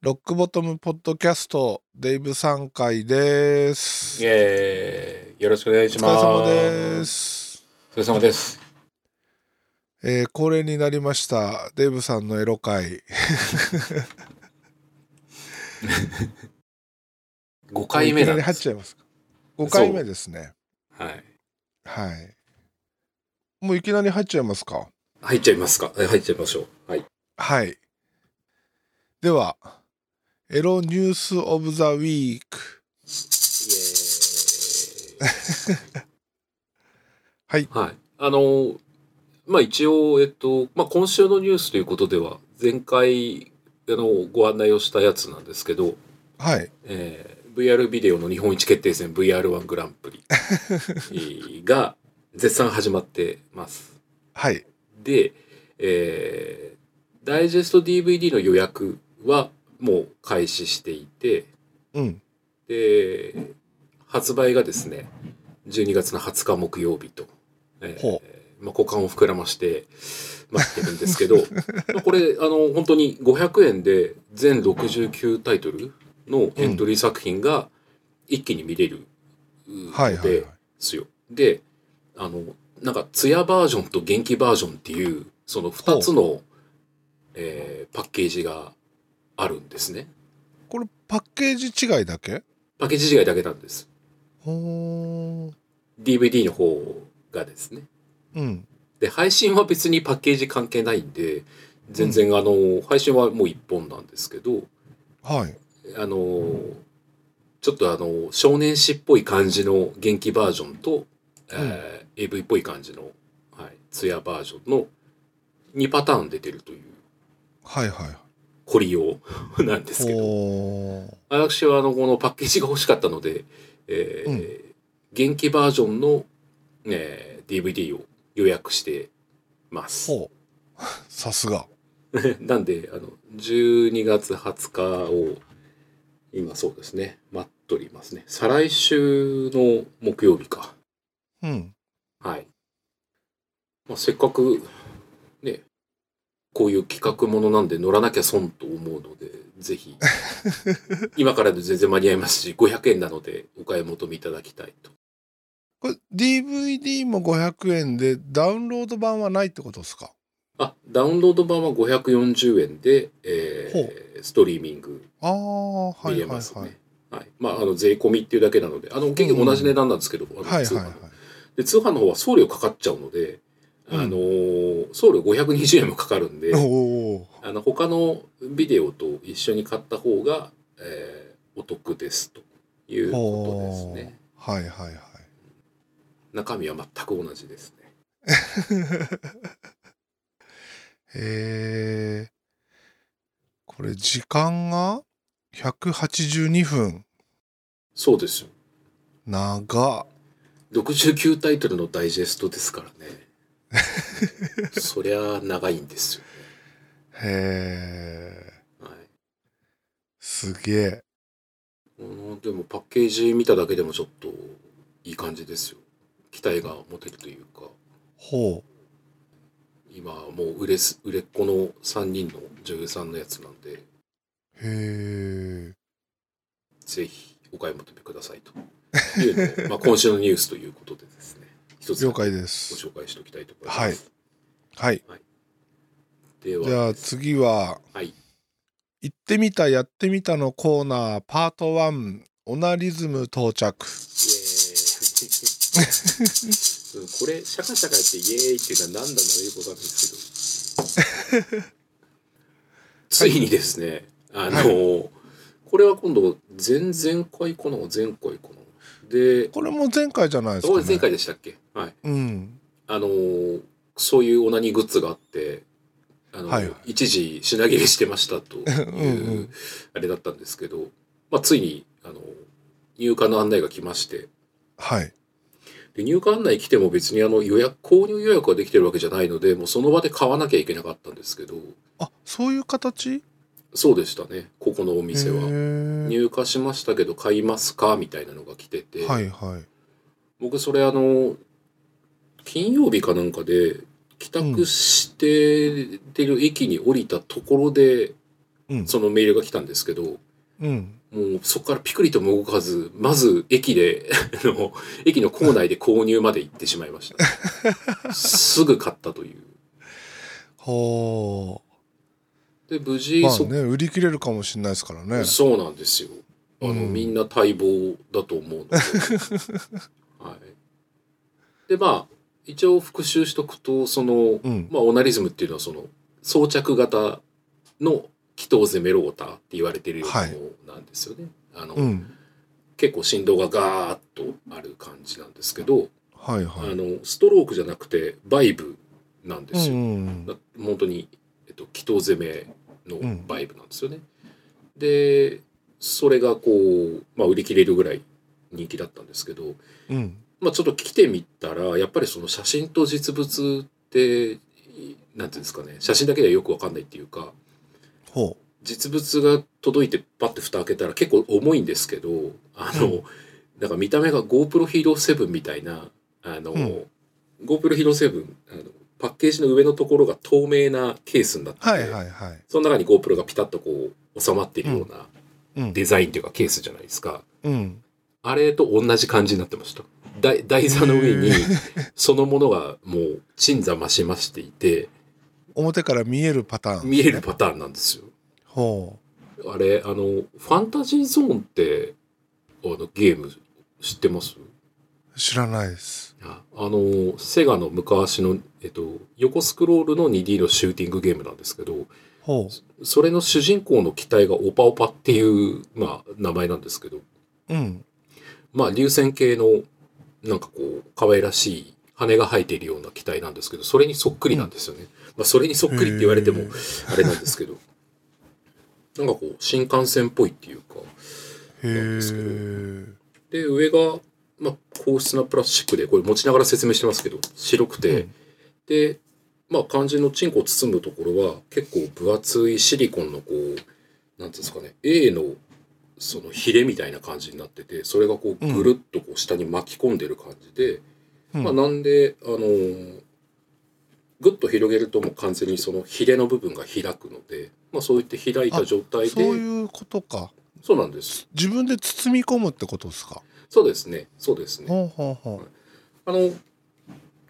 ロックボトムポッドキャストデイブ3回ですイエーイよろしくお願いしおます。疲れ様で。す、お疲れ様です。えー恒例になりましたデイブさんのエロ会5回目いきななんりで入っす。ちゃいますか5回目ですねはい。はいもういきなり入っちゃいますか入っちゃいますかえ入っちゃいましょう。はい。はいではエロニュースオブザウィークイエはいーイ。 はい。あの、まあ一応、えっと、まあ今週のニュースということでは、前回、あの、ご案内をしたやつなんですけど、はいえー VR ビデオの日本一決定戦 VR1 グランプリえーが絶賛始まってます。はいで、えーダイジェスト DVD の予約はもう開始していて、うんで、発売がですね、12月の20日木曜日と、えーほまあ、股間を膨らまして待ってるんですけ ど、まあこれ、あの、本当に500円で全69タイトルのエントリー作品が一気に見れるので、はいはいはいですよ。で、あの、なんか、ツヤバージョンと元気バージョンっていう、その2つの、えーパッケージがあるんですね。これパッケージ違いだけパッケージ違いだけなんです。ほー DVD の方がですね。うんで、配信は別にパッケージ関係ないんで、全然、あの、配信はもう1本なんですけど、はいあの、ちょっとあの、少年誌っぽい感じの元気バージョンと、えー AV っぽい感じの、はい、ツヤバージョンの2パターン出てるという、はいはい凝りよう なんですけど、ほー私はあの、このパッケージが欲しかったので、えーう元気バージョンの、えー DVD を予約してます。ほう。 さすが。 なんで、あの、12月20日を、今そうですね、待っとりますね。再来週の木曜日か。うん。はい。まあ、せっかく、ね、こういう企画ものなんで乗らなきゃ損と思うので、ぜひ、今からで全然間に合いますし、500円なのでお買い求めいただきたいと。これ DVD も500円でダウンロード版はないってことですかあ、ダウンロード版は540円で、えーストリーミングああ、は見いれはいはますい。ね。はい。まあ、あの、税込みっていうだけなので、あの、結局同じ値段なんですけど、あのはいはい通はい販。で、通販の方は送料かかっちゃうので、あうんのー送料520円もかかるんで、おお。あの、他のビデオと一緒に買った方が、えーお得です、ということですね。はいはいはい。中身は全く同じですね。へえ。これ時間が182分。そうですよ。長っ。 69タイトルのダイジェストですから ね。そりゃ長いんですよへえ。ね。はい。すげえ。このでもパッケージ見ただけでもちょっといい感じですよ期待が持てるというかほう。今もう売れす売れっ子の3人の女優さんのやつなんでへえ。ぜひお買い求めくださいとい うのをまあ今週のニュースということでですね一つ了ご解です。紹介しておきたいと思います、はい。ではじゃあ次ははい行ってみたやってみたのコーナーパート1オナリズム到着イ エーイうんこれシャカシャカやってイエーイっていうのは何なんだろうよくわかんないですけどついにですねあの、これは今度前々回かな前回かなでこれも前回じゃないですか、こねれ、前回でしたっけはいうんあのーそういうオナニーグッズがあってあの、はいはい一時品切れしてましたとい うんううんあれだったんですけど、まあ、ついにあの入荷の案内が来ましてはいで入荷案内来ても別にあの予約購入予約ができてるわけじゃないのでもうその場で買わなきゃいけなかったんですけどあそういう形そうでしたねここのお店へはー入荷しましたけど買いますかみたいなのが来てて、はいはい僕それあの金曜日かなんかで帰宅しててる駅に降りたところで、うんそのメールが来たんですけど、もうんうそこからピクリとも動かず、まず駅で、あの、駅の構内で購入まで行ってしまい ました。すぐ買ったという。ほで、無う事、まあそね売り切れるかもしれないですからねそうなんですよ。あの、うんみんな待望だと思うので。 はい。で、まあ、一応復習しとくと、その、うんまあ、オナリズムっていうのは、その、装着型の気筒ゼメローターって言われてるようなはいものなんですよね。あの、うん結構振動がガーッとある感じなんですけど、はいはいあの、ストロークじゃなくて、バイブなんですよ。うんうんだ本当に、えっと、祈祷攻めのバイブなんですよね。でそれがこう、まあ、売り切れるぐらい人気だったんですけど、うんまあ、ちょっと来てみたらやっぱりその写真と実物っていなんていうんですかね写真だけではよくわかんないっていうかほ実物が届いてパッて蓋開けたら結構重いんですけどあの、うなんか見た目が GoPro Hero 7みたいなあの、うん GoPro Hero 7あのパッケージの上のところが透明なケースになってうて、はいはいはいその中に GoPro がピタッとこう収まってるようなうんデザインというかケースじゃないですか。うんあれと同じ感じになってました。台台座の上にへそのものがもう鎮座増しましてい て表から見えるパターンですね見えるパターンなんですよ。ほあれ、あの、ファンタジーゾーンってあのゲーム知ってますう知らないですああの、セガの昔の、えっと、横スクロールの 2D のシューティングゲームなんですけど、ほそれの主人公の機体がオパオパっていう、まあ、名前なんですけど、ううんまあ、流線形の、なんかこう、可愛らしい羽が生えているような機体なんですけど、それにそっくりなんですよね。まあ、それにそっくりって言われてもへー、あれなんですけど。なんかこう、新幹線っぽいっていうか。へえで、上が、まあ、硬質なプラスチックで、これ持ちながら説明してますけど、白くて、で、まあ、肝心のチンコを包むところは、結構分厚いシリコンのこう、なんていうんですかね、A の、そのヒレみたいな感じになってて、それがこう、うんぐるっとこう、下に巻き込んでる感じで、うんまあ、なんで、あのーぐっと広げるともう完全にそのヒレの部分が開くので、まあ、そういって開いた状態でそういうことかそうなんです自分で包み込むってことですかそうですねそうですねほうほうほあの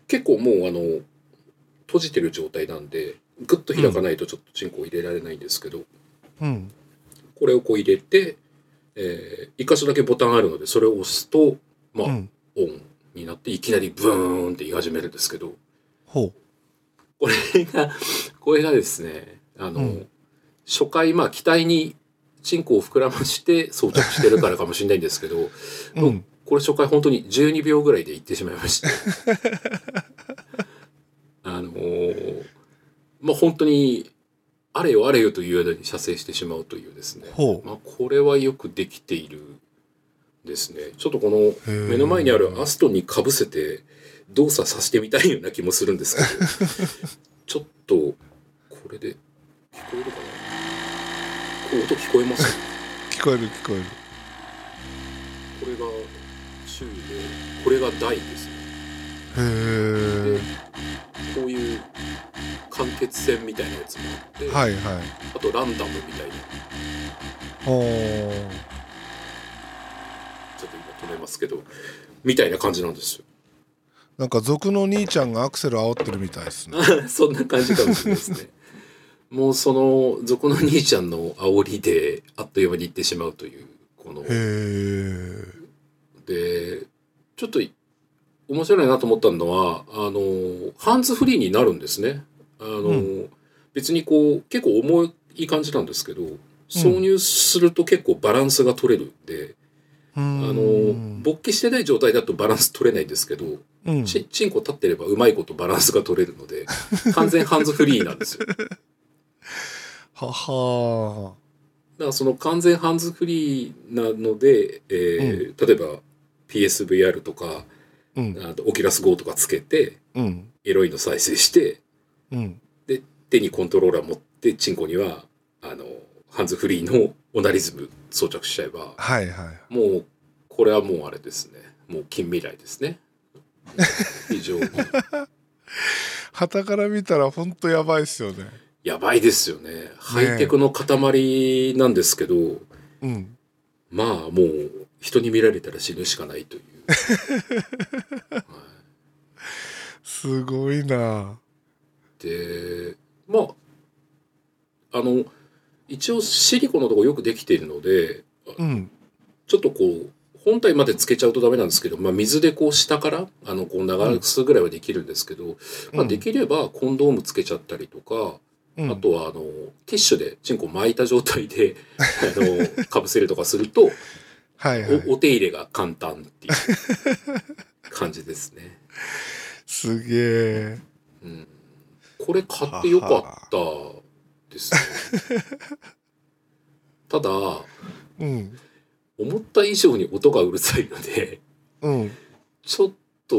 結構もうあの閉じてる状態なんでぐっと開かないとちょっとチンコを入れられないんですけど、ううんこれをこう入れて、えー、一箇所だけボタンあるのでそれを押すと、まあうんオンになっていきなりブーンって言い始めるんです けどほこれが、これがですね、あの、うん初回、まあ、機体にチンコを膨らまして装着してるからかもしれないんですけど、ううんこれ初回本当に12秒ぐらいで行ってしまいま した。あのーまあ本当に、あれよあれよという間に射精してしまうというですね。ほまあこれはよくできているですね。ちょっとこのうへー目の前にあるアストンにかぶせて動作させてみたいような気もするんですけど ちょっとこれで聞こえるかなこう音聞こえます聞こえる聞こえるこれが周囲でこれが台ですねへえこういう間欠線みたいなやつもあって、はいはいあとランダムみたいなほちょっと今止めますけどみたいな感じなんですようなんか族の兄ちゃんがアクセル煽ってるみたいです ね そんな感じかもしれないですね もうその俗の兄ちゃんの煽りであっという間に行ってしまうというこのへえでちょっとい面白いなと思ったのはあのハンズフリーになるんですねあの、う別にこう結構重い感じなんですけど挿入すると結構バランスが取れるんで、ああの勃起してない状態だとバランス取れないんですけど、うんちチンコ立ってればうまいことバランスが取れる ので完全ハンズフリーなんですよだかははらその完全ハンズフリーなので、えー例えば PSVR とかーうんあとオキュラス GO とかつけてうんエロいの再生して、うん手にコントローラー持って、チンコには、あの、ハンズフリーのオナリズム装着しちゃえば、はいはいもう、これはもうあれですね。もう近未来です ね。非常に。旗から見たらほんとやばいっすよねやばいですよね。ハイテクの塊なんですけど、うん。まあもう人に見られたら死ぬしかない という。はいすごいなでまああの一応シリコンのとこよくできているのでうん。ちょっとこう本体までつけちゃうとダメなんですけど、まあ、水でこう下からあのこう流すぐらいはできるんですけど、まあ、できればコンドームつけちゃったりとか、うん、あとはあのティッシュでチンコ巻いた状 態であのかぶせるとかするとはいはいおお手入れが簡単っていう 感じですね。すげえ。うん、これ買ってよかったですね。 ただ思うん。った以上に音がうるさいのでうん。ちょっと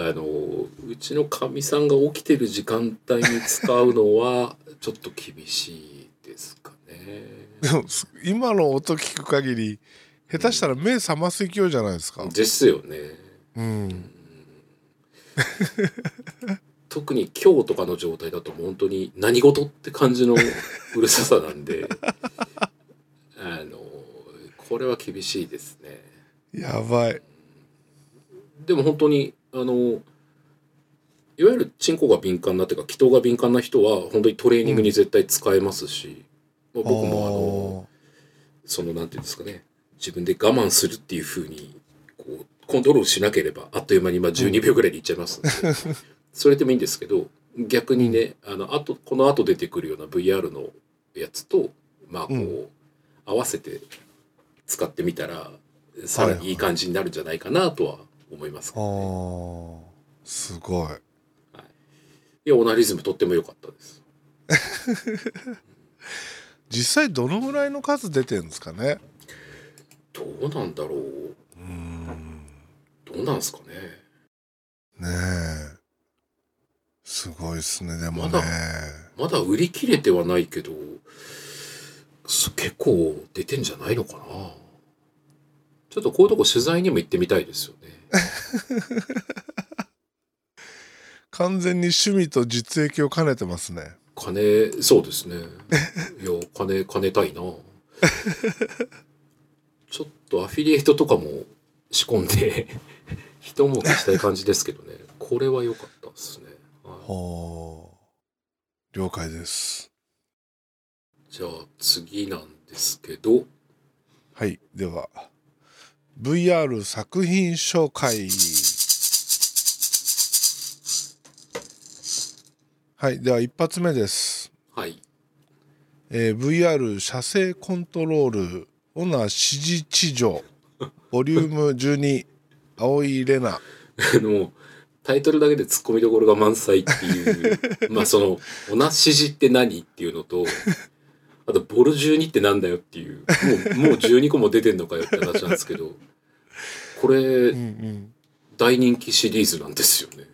あのうちのかみさんが起きてる時間帯に使うのはちょっと厳しいですかね。でも、す 今の音聞く限り、下手したら目覚ます勢いじゃないですか。ですよね。ううんん。特に今日とかの状態だと本当に何事って感じのうるささなんであのこれは厳しいですねやばい。でも本当にあのいわゆるチンコが敏感なっていうか気筒が敏感な人は本当にトレーニングに絶対使えますし、まあ僕もあのそのなんていうんですかね自分で我慢するっていうふうにこうコントロールしなければあっという間に今12秒ぐらいでいっちゃい ますんで、それでもいいんですけど逆にね、あのあとこの後出てくるような VR のやつとまあこう、うん合わせて使ってみたらさらにいい感じになるんじゃないかなとは思いますけあどね、ーすごい。いやオナリズムとっても良かったです実際どのぐらいの数出てるんですかね。どうなんだろううん。どうなんですかねねえ。すごいですね、でもまねだ。まだ売り切れてはないけどす結構出てんじゃないのかなちょっとこういうとこ取材にも行ってみたいですよね完全に趣味と実益を兼ねてますね。金そうですねいや金金たいなちょっとアフィリエイトとかも仕込んで一儲けしたい感じですけどねこれは良かったですね、はいほう。了解です。じゃあ次なんですけどはい。では、VR 作品紹介。はい。では、一発目です。はいえー VR 射精コントロール、オナ指示地上、ボリューム12、青井玲奈。あの、タイトルだけで突っ込みどころが満載っていう、 まあその、おなしじって何っていうのと、あと、ボル12ってなんだよっていう、もう、もう12個も出てんのかよって話なんですけど、これうん、うん。大人気シリーズなんですよね。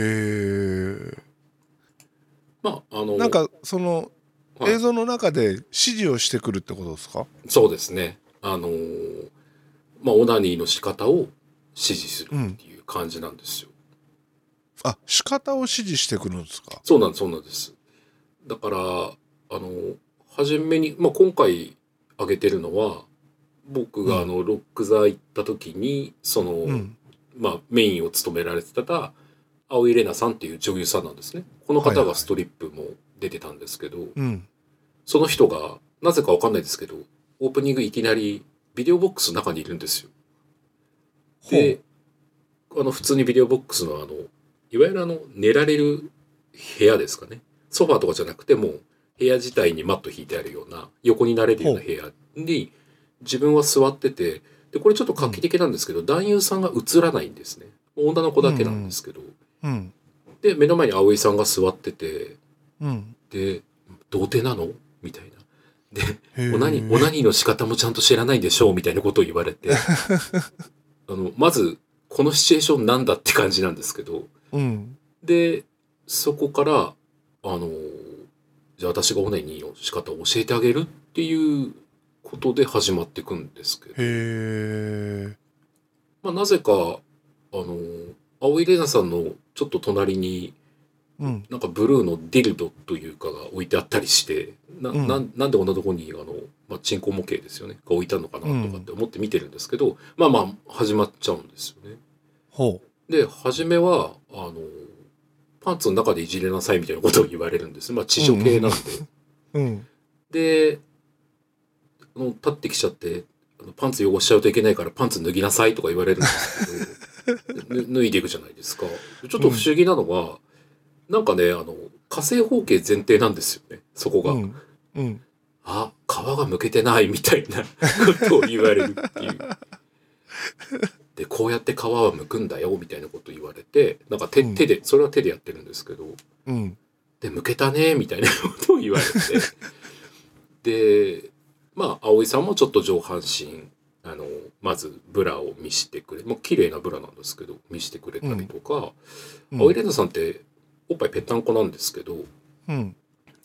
へまあ、あの、え。なんか、その、はい映像の中で指示をしてくるってことですかそうですね。あのーまあ、オナニーの仕方を指示するっていう感じなんですよ。あ、仕方を指示してくるんですかそうなんです、そうなんです。だから、あの、初めに、まあ、今回挙げてるのは、僕うがんあの、ロック座行った時に、その、うん。まあ、メインを務められてた、青井玲奈さんっていう女優さんなんですね。このはい方はがいストリップも出てたんですけど、うん。その人が、なぜかわかんないですけど、オープニングいきなり、ビデオボックスの中にいるんですよ。で、あの、普通にビデオボックスのあの、いわゆるあの、寝られる部屋ですかね。ソファーとかじゃなくても、部屋自体にマット引いてあるような、横になれるような部屋に、自分は座ってて、で、これちょっと画期的なんですけど、男優さんが映らないんですね。女の子だけなんですけど。ほう。うん。で、目の前に葵さんが座ってて、うん。で、童貞なのみたいな。で、へーオナニー、オナニーの仕方もちゃんと知らないでしょうみたいなことを言わ れて、あの、まず、このシチュエーションなんだって感じなんですけど、うん。で、そこから、あの、じゃあ私がオナニーの仕方を教えてあげるっていうことで始まっていくんですけどへ、え。まあ、なぜか、あの、青井玲奈さんのちょっと隣に、うんなんかブルーのディルドというかが置いてあったりして、な、うんなんなんでこんなとこに、あの、まあ、鎮魂模型ですよね、が置いたのかなとかって思って見てるんですけど、まあまあ、始まっちゃうんですよね。ほで、初めは、あの、パンツの中でいじれなさいみたいなことを言われるんです。まあ、地上系なんで。ううんで、あの、立ってきちゃって、あのパンツ汚しちゃうといけないからパンツ脱ぎなさいとか言われるんですけど、 ぬ脱いでいくじゃないですか。ちょっと不思議なのは、なんかね、あの、火星方形前提なんですよね、そこうが。んうんあ、皮がむけてないみたいな ことを言われるっていう。で、こうやって皮はむくんだよみたいなこと言われて、なんか手,、うん手で、それは手でやってるんですけど、うんで、むけたねみたいなことを言われ て。で、まあ、葵さんもちょっと上半身、あの、まずブラを見してくれ、もう綺麗なブラなんですけど、見してくれたりとか、うん葵玲奈さんっておっぱいぺったんこなんですけど、うん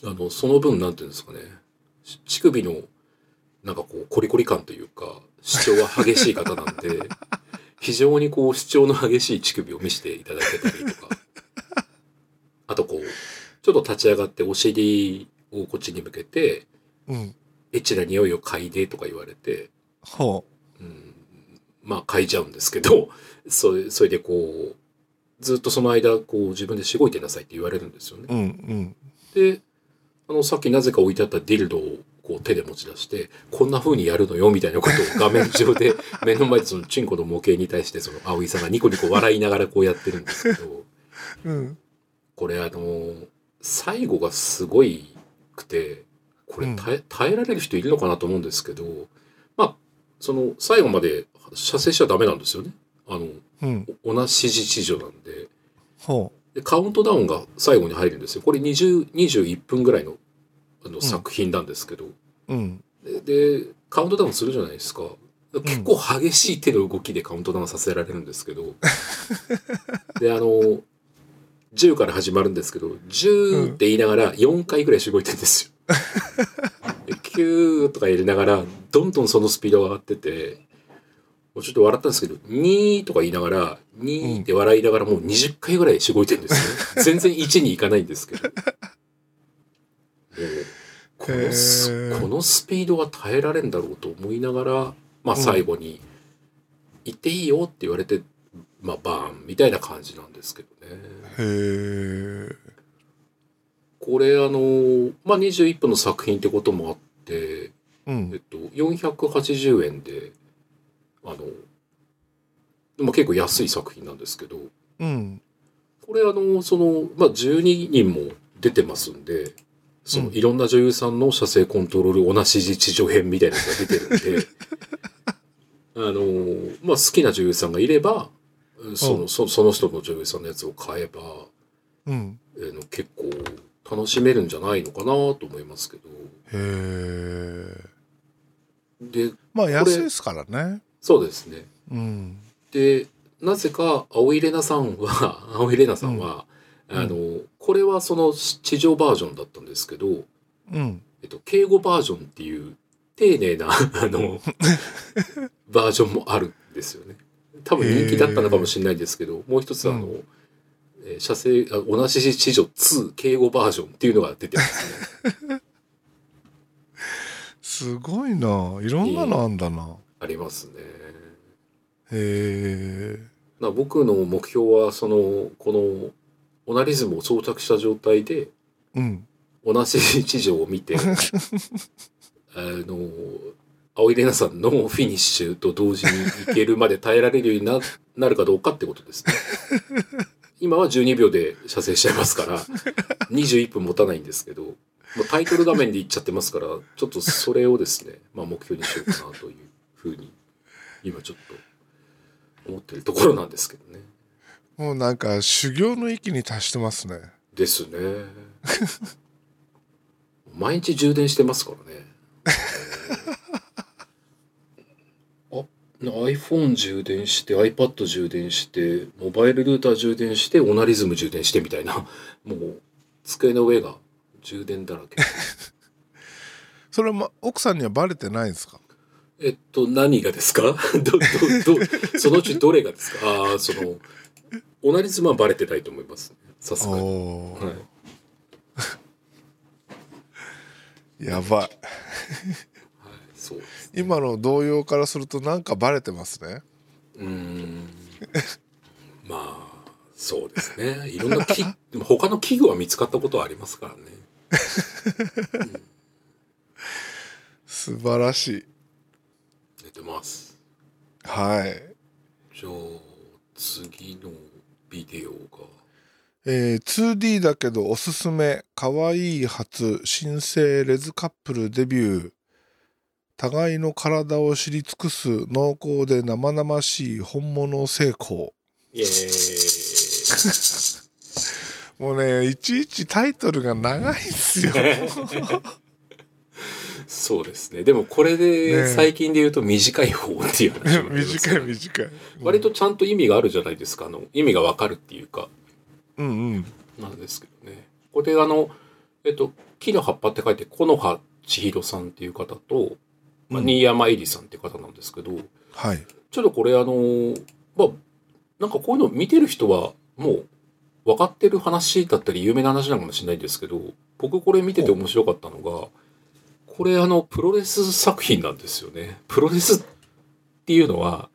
あの、その分、なんていうんですかね、し乳首の、なんかこう、コリコリ感というか、主張が激しい方なんで、非常にこう、主張の激しい乳首を見せていただけたりとか、あとこう、ちょっと立ち上がってお尻をこっちに向けて、うんエッチな匂いを嗅いでとか言われて、ほうん、まあ嗅いじゃうんですけど、それそれでこう、ずっとその間、こう、自分でしごいてなさいって言われるんですよねう。うんで、あの、さっきなぜか置いてあったディルドをこう手で持ち出して、こんな風にやるのよみたいなことを画面上で、目の前でそのチンコの模型に対して、その葵さんがニコニコ笑いながらこうやってるんですけど、うんうんこれあの、最後がすごいくて、これ耐え,、耐えられる人いるのかなと思うんですけど、まあ、その最後まで射精しちゃダメなんですよね。あの、うんお同じ事情なんで。ほでカウントダウンが最後に入るんですよ。これ20 21分ぐらいのあのん作品なんですけど、ううんででカウントダウンするじゃないですか。結構激しい手の動きでカウントダウンさせられるんですけど、であの10から始まるんですけどうん10って言いながら4回ぐらいしごいてんですよ。でキューとか入れながらどんどんそのスピードが上がっててもうちょっと笑ったんですけど「2」とか言いながら「2」って笑いながらもう20回ぐらいしごいてんです よ、ね、全然1にいかないんですけど。もうこのスへーこのスピードは耐えられんだろうと思いながら、うまあ、ん最後に「行っていいよ」って言われて、まあ、バーンみたいな感じなんですけどね。へえこれあの、まあ、21分の作品ってこともあって、うえっんと、480円であの、まあ、結構安い作品なんですけどうんこれあのその、まあ、12人も出てますんで。そのうんいろんな女優さんの射精コントロール同じ地上編みたいなのが出てるん であのーまあ好きな女優さんがいればその,、うんそその人の女優さんのやつを買えば、うんえーの結構楽しめるんじゃないのかなと思いますけどへえでまあ安いですからねそうですねうんでなぜか青井玲奈さんは 青井玲奈さんは、うんあのーこれはその地上バージョンだったんですけど、うんえっと、敬語バージョンっていう丁寧な あ のバージョンもあるんですよね。多分人気だったのかもしれないですけど、もう一つあの、うえー写生あ同じ地上2敬語バージョンっていうのが出てますね。すごいないろんなのあんだなありますね。へえな僕の目標はそのこのオナリズムを装着した状態でうん同じ地上を見てあの青井玲奈さんのフィニッシュと同時に行けるまで耐えられるようにななるかどうかってことですね。今は12秒で射精しちゃいますから21分持たないんですけどもうタイトル画面でいっちゃってますからちょっとそれをですね、まあ、目標にしようかなというふうに今ちょっと思ってるところなんですけどね。もうなんか修行の域に達してますねですね。毎日充電してますからね。 あ、iPhone 充電して、iPad 充電して、モバイルルーター充電して、オナリズム充電してみたいな、 もう、机の上が充電だら け。それは、ま、奥さんにはバレてないんですかえっと、何がですか ど、 ど、ど、そのうちどれがですかああ、その、オナリズムはバレてないと思います。さすおがに。おーはいやばいはい、そうです。今の動揺からするとなんかバレてますねうーん。まあ、そうですね。いろんな器、でも他の器具は見つかったことはありますからね。素晴らしい寝てます。はいじゃあ、次のビデオが。えー 2D だけどおすすめ可愛い初新生レズカップルデビュー互いの体を知り尽くす濃厚で生々しい本物成功 イエーもうねいちいちタイトルが長いんす よイそうですね。でもこれねで最近で言うと短い方っていう話もあります 短い短い割とちゃんと意味があるじゃないですか。あの意味がわかるっていうか、うんうんなんですけどね。これであの、えっと、木の葉っぱって書いて、木の葉千尋さんっていう方と、まあ、うん新山えりさんって方なんですけど、はいちょっとこれあの、まあ、なんかこういうの見てる人はもう分かってる話だったり有名な話なのかもしれないんですけど、僕これ見てて面白かったのが、これあの、プロレス作品なんですよね。プロレスっていうのは、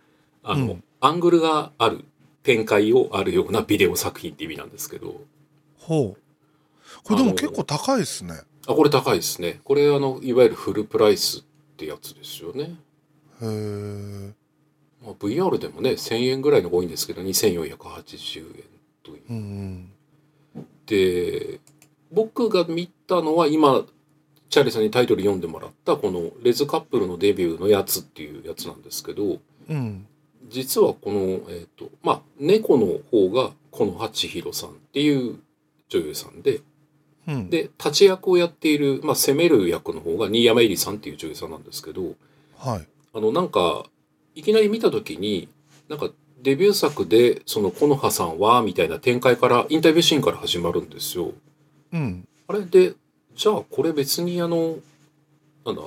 あの、うんアングルがある展開をあるようなビデオ作品って意味なんですけど、ほうこれでもあの結構高いですねあ、これ高いですね。これあの、いわゆるフルプライスってやつですよね。へーまあ、VR でもね、1000円ぐらいのが多いんですけど、2480円といううんうんで僕が見たのは今チャーリーさんにタイトル読んでもらったこの「レズカップルのデビューのやつ」っていうやつなんですけどうん実はこの、えっとまあ、猫の方がこの八尋さんっていう女優さんでうんで立ち役をやっている、まあ、攻める役の方が新山絵里さんっていう女優さんなんですけどはいあのなんかいきなり見た時になんかデビュー作でその「木の葉さんは」みたいな展開からインタビューシーンから始まるんですよ。うんあれで、じゃあこれ別にあの、なんだ、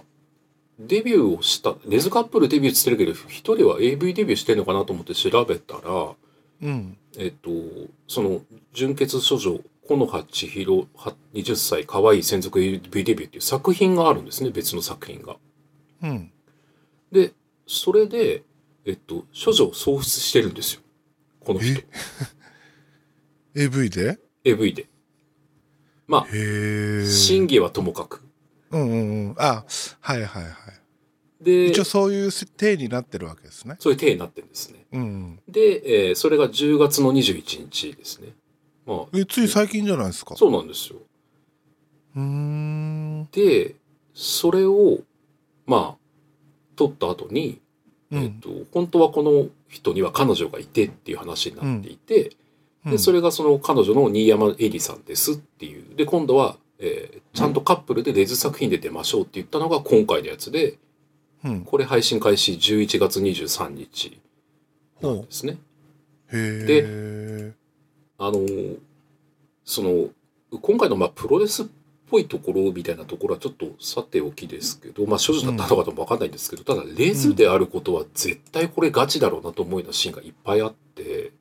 デビューをした、レズカップルデビューって言ってるけど、一人は AV デビューしてんのかなと思って調べたら、うんえっと、その、純血処女、木の葉千尋、は20歳、可愛い専属 AV デビューっていう作品があるんですね、別の作品が。うんで、それで、えっと、処女を喪失してるんですよ。この人。 AV で AV で。まへえあ、真偽はともかく。うんうんうん。あ、はいはいはい。で、一応そういう体になってるわけですね。そういう体になってるんですね。うんで、えーそれが10月の21日ですね。まうん。え、つい最近じゃないですかあ、。そうなんですよ。うーん。で、それを、まあ、撮った後に、うえっん。と、本当はこの人には彼女がいてっていう話になっていて、で、それ。れがその彼女の新山絵里さんですっていう。で、今度は、えーちゃんとカップルでレズ作品で出ましょうって言ったのが今回のやつで、うん。これ配信開始11月23日なんほですね。う。へえ。あのーその今回のまあプロレスっぽいところみたいなところはちょっとさておきですけど、まあ、少女だったのかとも分かんないんですけど、ただレズであることは絶対これガチだろうなと思うようなシーンがいっぱいあって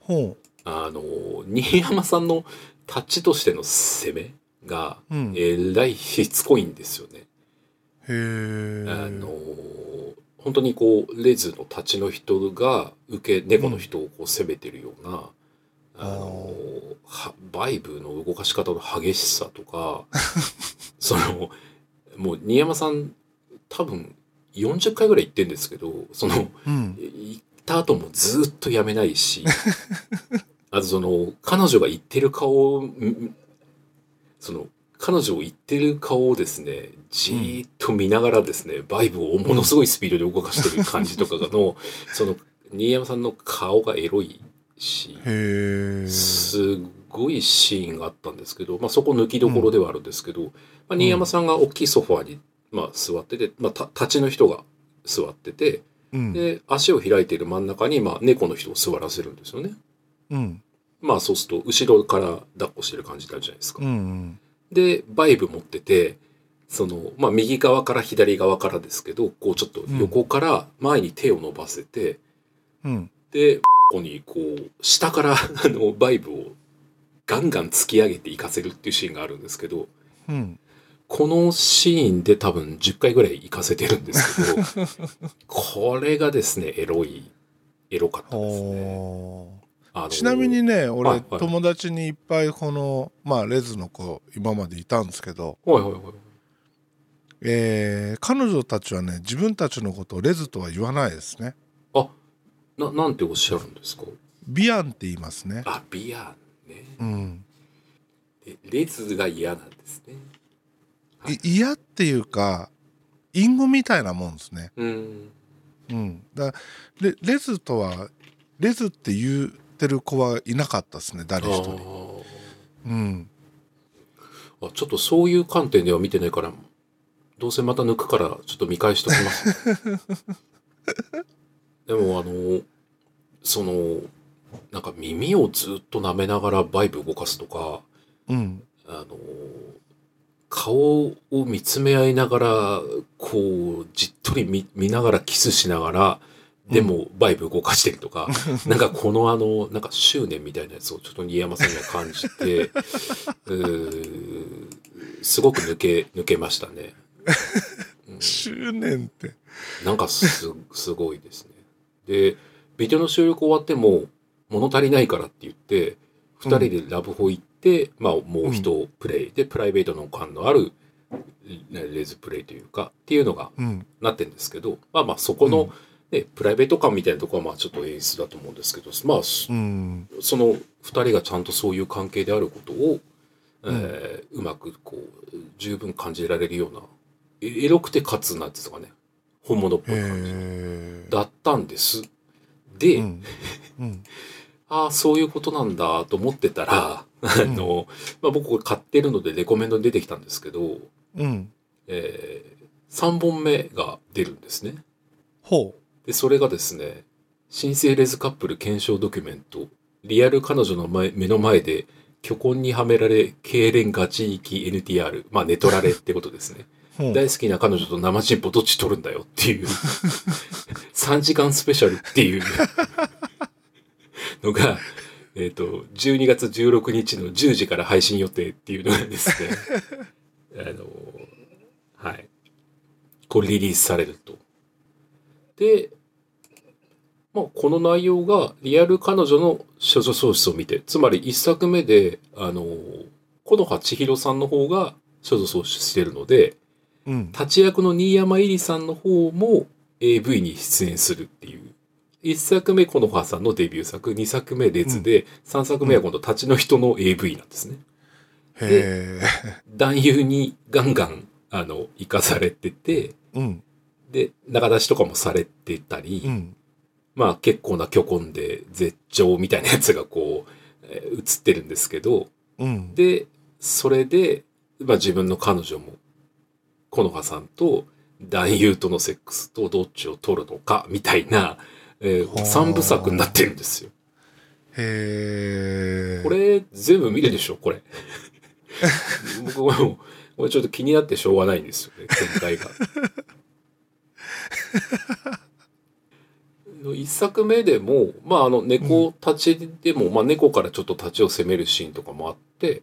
ほあのー新山さんのタッチとしての攻めがう。うん。へえらいしつこいんですよね。え。あのー本当にこうレズの立ちの人が受け猫の人をこう攻めてるような、あのーはバイブの動かし方の激しさと かそのもう新山さん多分40回ぐらい行ってんですけどそのうん。行った後もずっとやめないしあとその彼女が言ってる顔をんその彼女を言ってる顔をですねじーっと見ながらですね、バイブをものすごいスピードで動かしてる感じとかがのその新山さんの顔がエロいしへえ。すごいシーンがあったんですけど、まあ、そこ抜きどころではあるんですけど、まあ、新山さんが大きいソファーに、まあ、座ってて、まあ、た立ちの人が座ってて、うん。で足を開いている真ん中に、まあ、猫の人を座らせるんですよね。うん。まあそうすると後ろから抱っこしてる感じになるじゃないですか。うんうん。でバイブ持っててその、まあ、右側から左側からですけどこうちょっと横から前に手を伸ばせて、うん。 でここにこう下からあのバイブをガンガン突き上げていかせるっていうシーンがあるんですけど、うん。このシーンで多分10回ぐらい行かせてるんですけど、 これがですね、エロい、エロかったですね。おあのーちなみに、ね、俺、はいはい友達にいっぱいこの、まあ、レズの子、今までいたんですけど、はいはいはい。えー彼女たちはね、自分たちのことをレズとは言わないですね。な、なんておっしゃるんですかビアンって言いますね。あ、ビアンね。うん。でレズが嫌なんですね。い嫌っていうか、隠語みたいなもんですね。うん。うん。だレレズとは、レズって言ってる子はいなかったですね、あ誰一人。ーうん。あちょっとそういう観点では見てないから、どうせまた抜くから、ちょっと見返しときます。 でも、あの、その、なんか耳をずっと舐めながらバイブ動かすとか、うん。あの、顔を見つめ合いながら、こう、じっとり見見ながらキスしながら、でも、バイブ動かしてるとか、なんかこのあの、なんか執念みたいなやつをちょっと新山さんが感じて、うーすごく抜け、抜けましたね。うん執念って。なんかす、すごいですね。で、ビデオの収録終わっても、物足りないからって言って、二人でラブホ行って、まあもう一プレイで、プライベートの感のあるレレズプレイというか、っていうのがうん。なってんですけど、まあまあそこうんの、ねプライベート感みたいなところはまあちょっと演出だと思うんですけど、まあそうん。その二人がちゃんとそういう関係であることを、うんえーうまくこう、十分感じられるような、えエロくてかつなんていうんですかね、本物っぽい感じ。へえ。だったんです。で、うん。うん。ああ、そういうことなんだと思ってたら、あの、まあ、僕これ買ってるのでレコメンドに出てきたんですけど、うん。え3本目が出るんですね。ほで、それがですね、新生レズカップル検証ドキュメント、リアル彼女の前目の前で、巨根にはめられ、痙攣ガチ行き NTR、まあ、寝取られってことですね。う。ほう。大好きな彼女と生チンポどっち取るんだよっていう 3時間スペシャルっていうのが、えっと12月16日の10時から配信予定っていうのがですねあのはいこれリリースされるとで、まあ、この内容がリアル彼女の処女喪失を見てつまり1作目であの木の葉千尋さんの方が処女喪失してるので、うん。立ち役の新山入りさんの方も AV に出演するっていう。1作目、この葉さんのデビュー作、2作目、レズで、3作目は今度、立ちの人の AV なんですね。へえ。男優にガンガン、あの、生かされてて、うん。で、仲出しとかもされてたり、うん。まあ結構な虚根で絶頂みたいなやつがこう、えー映ってるんですけど、うん。で、それで、まあ自分の彼女も、この葉さんと男優とのセックスとどっちを取るのか、みたいな、えはあ3部作になってるんですよ。へえ。これ、全部見るでしょ、これ。僕はもう、これちょっと気になってしょうがないんですよね、今回が。 の一作目でも、まあ、あの、猫立ちでも、まあ、猫からちょっと立ちを攻めるシーンとかもあって、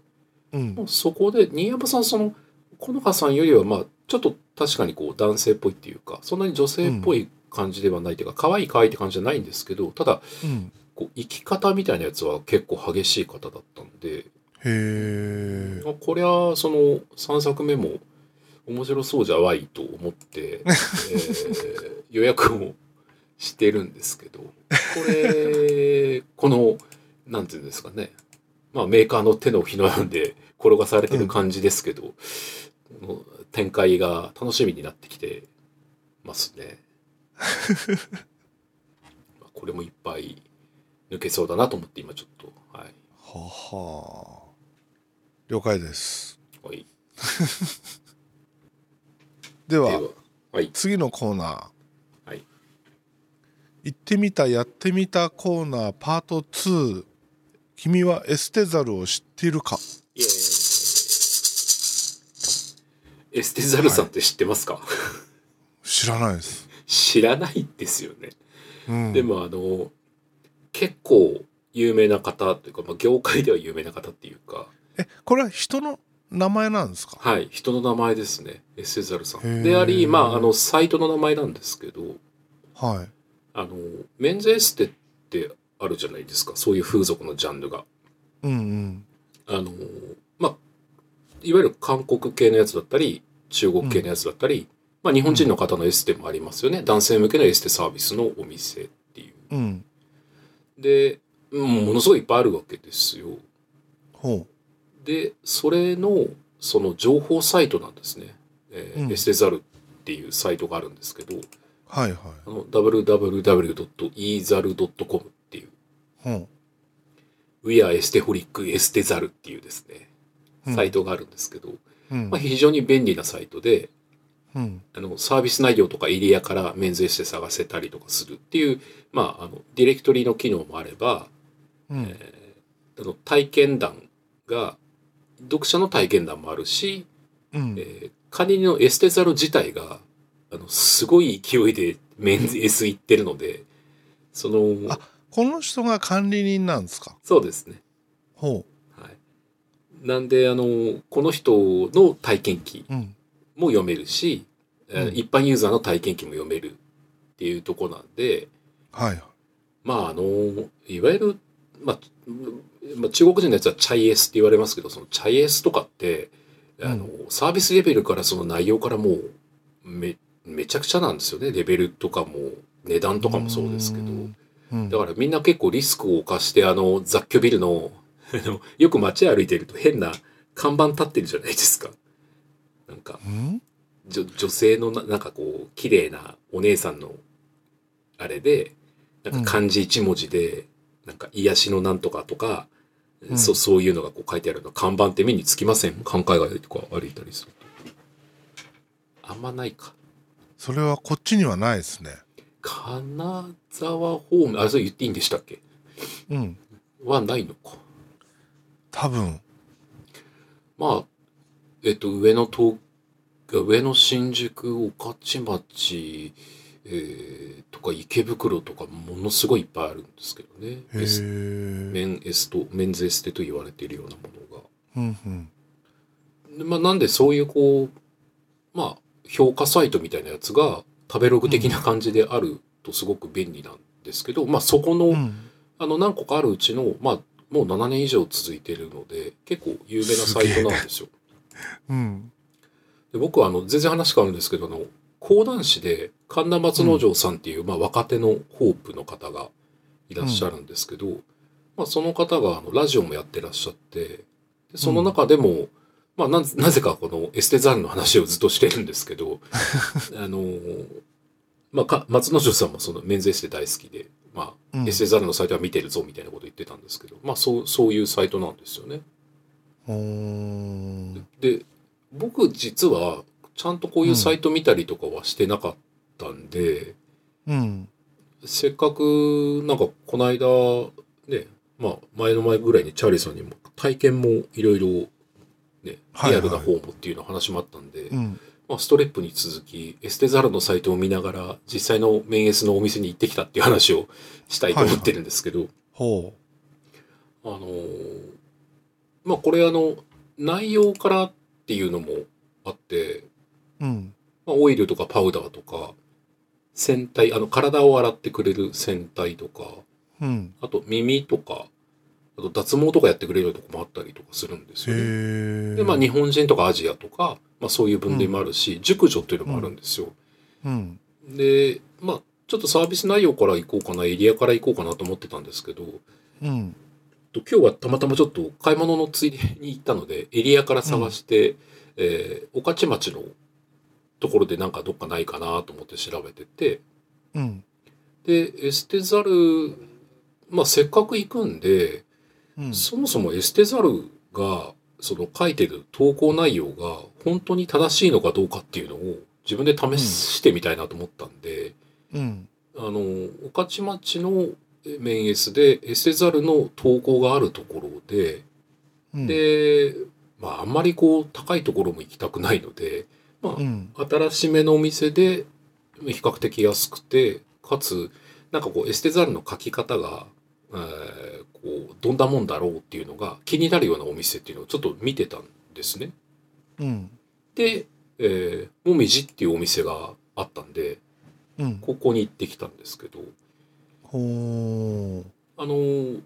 うんもうそこで新山さんその好花さんよりはまあちょっと確かにこう男性っぽいっていうかそんなに女性っぽい感じではないというか、可愛い可愛いって感じじゃないんですけどただうん。こう生き方みたいなやつは結構激しい方だったんで、へえ。あこりゃその3作目も面白そうじゃわいと思っ て、えー予約をしてるんですけどこれ このなんていうんですかねまあメーカーの手のひらなんで転がされてる感じですけど、この展開が楽しみになってきてま すね。まあこれもいっぱい抜けそうだなと思って今ちょっとはい。はは。了解です。はいでではは、はい次のコーナー。はい。行ってみた、やってみたコーナーパート2。君はエステザルを知っているかイエーイエステザルさんって知ってますか、知らないです。知らないですよね。うん。でもあの、結構有名な方というか、まあ、業界では有名な方っていうか、えこれは人の名前なんですかはい、人の名前ですね。エッセザルさへーん。であり、まあ、あの、サイトの名前なんですけど、はいあの、メンズエステってあるじゃないですか。そういう風俗のジャンルが。うんうんあの、まあ、いわゆる韓国系のやつだったり、中国系のやつだったり、まあ、日本人の方のエステもありますよね。男性向けのエステサービスのお店っていう。うんで、うんものすごいいっぱいあるわけですよ。ほで、それの、その情報サイトなんですね。えーうんエステザルっていうサイトがあるんですけど、うはいはいあの www.ezal.com っていう、ほ We are Esteholic エステザルっていうですね、ううんサイトがあるんですけど、うんまあ、非常に便利なサイトで、うんあの、サービス内容とかエリアからメンズエステ探せたりとかするっていう、まあ、あの、ディレクトリの機能もあれば、うんえーあの体験談が、読者の体験談もあるし、うんえーカニのエステザル自体が、あの、すごい勢いでメンズエス行ってるので、そのあ、この人が管理人なんですかそうですね。ほはい。なんで、あの、この人の体験記ううんも読めるし、えーうん一般ユーザーの体験記も読めるっていうとこなんで、はいまあ、あの、いわゆる、まあ、まあ、中国人のやつはチャイエスって言われますけど、そのチャイエスとかって、あの、サービスレベルからその内容からもう、め、めちゃくちゃなんですよね。レベルとかも、値段とかもそうですけど。うんうんだからみんな結構リスクを冒して、あの、雑居ビルの、 あの、よく街歩いてると変な看板立ってるじゃないですか。なんか、うんじょ女性のな、なんかこう、綺麗なお姉さんの、あれで、なんか漢字一文字で、なんか癒しのなんとかとか、うんそそういうのがこう書いてあるの看板って目につきません繁華街とか歩いたりすると。あんまないか。それはこっちにはないですね金沢方面、あ、それ言っていいんでしたっけうんはないのか。多分まあ、えっと、上野東、上野新宿、御徒町、えーとか池袋とかものすごいいっぱいあるんですけどね。へエスメえンエスと、メンズエステと言われているようなものうんうんが。でまあ、なんでそういうこう、まあ、評価サイトみたいなやつが食べログ的な感じであるとすごく便利なんですけど、まあそこの、うんあの何個かあるうちの、まあもう7年以上続いているので、結構有名なサイトなんですよ。うんで僕はあの全然話変わるんですけどあの講談師で神田松之丞さんっていう、まあ、若手のホープの方がいらっしゃるんですけど、まあ、その方があのラジオもやってらっしゃってでその中でも、まあ、ななぜかこのエステザルの話をずっとしてるんですけ どあの、まあ、か松之丞さんもそのメンズエステ大好きで、まうあ、んエステザルのサイトは見てるぞみたいなこと言ってたんですけど、まあ、そうそういうサイトなんですよね。ほーで僕実はちゃんとこういうサイト見たりとかはしてなかったんで、うんせっかくなんかこの間ねまあ前の前ぐらいにチャーリーさんにも体験もいろいろねはいはリアいルな方もっていうの話もあったんで、うんまあ、ストレップに続きエステザルのサイトを見ながら実際のメンエスのお店に行ってきたっていう話をしたいと思ってるんですけど、ほあのーまあこれあの内容からっていうのもあってううんまあ、オイルとかパウダーとか、洗体、あの、体を洗ってくれる洗体とか、うんあと耳とか、あと脱毛とかやってくれるとこもあったりとかするんですへよね。えで、まあ、日本人とかアジアとか、まあ、そういう分類もあるし、熟女というのもあるんですよ。うんで、まあ、ちょっとサービス内容から行こうかな、エリアから行こうかなと思ってたんですけど、うんと今日はたまたまちょっと買い物のついでに行ったので、エリアから探して、えー、御徒町のところでなんかどっかないかなと思って調べてて、うんでエステザル、まあ、せっかく行くんで、うんそもそもエステザルがその書いてる投稿内容が本当に正しいのかどうかっていうのを自分で試してみたいなと思ったんで、うんあの御徒町の面 S でエステザルの投稿があるところで、うんで、まあ、あんまりこう高いところも行きたくないので、まあ、うん新しめのお店で比較的安くてかつなんかこうエステザルの書き方がえーこうどんなもんだろうっていうのが気になるようなお店っていうのをちょっと見てたんですね。うんで、えー、もみじっていうお店があったんでうんここに行ってきたんですけどほうあのー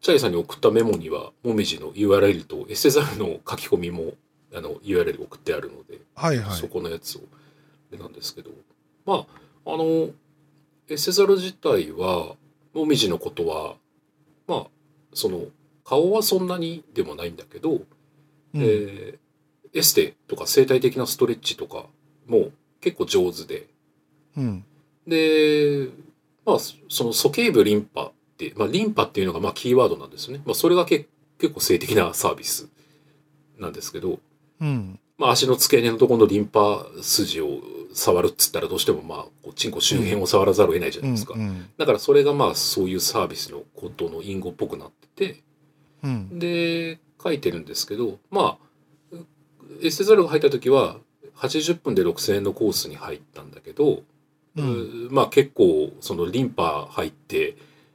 チャイさんに送ったメモにはもみじの URL とエセザルの書き込みもあの URL 送ってあるので、はいはいそこのやつをなんですけどまああのエセザル自体はもみじのことはまあその顔はそんなにでもないんだけど、うんえーエステとか生態的なストレッチとかも結構上手でうんでまあそその鼠径部リンパって、まあ、リンパっていうのがまあキーワードなんですよね、まあ、それがけ結構性的なサービスなんですけど、うんまあ、足の付け根のところのリンパ筋を触るっつったらどうしてもまあこうチンコ周辺を触らざるを得ないじうゃないんですか、うんだからそれがまあそういうサービスのことの隠語っぽくなっててうんで書いてるんですけどまあエステザルが入った時は80分で6,000円のコースに入ったんだけど、うんまあ結構そのリンパ入って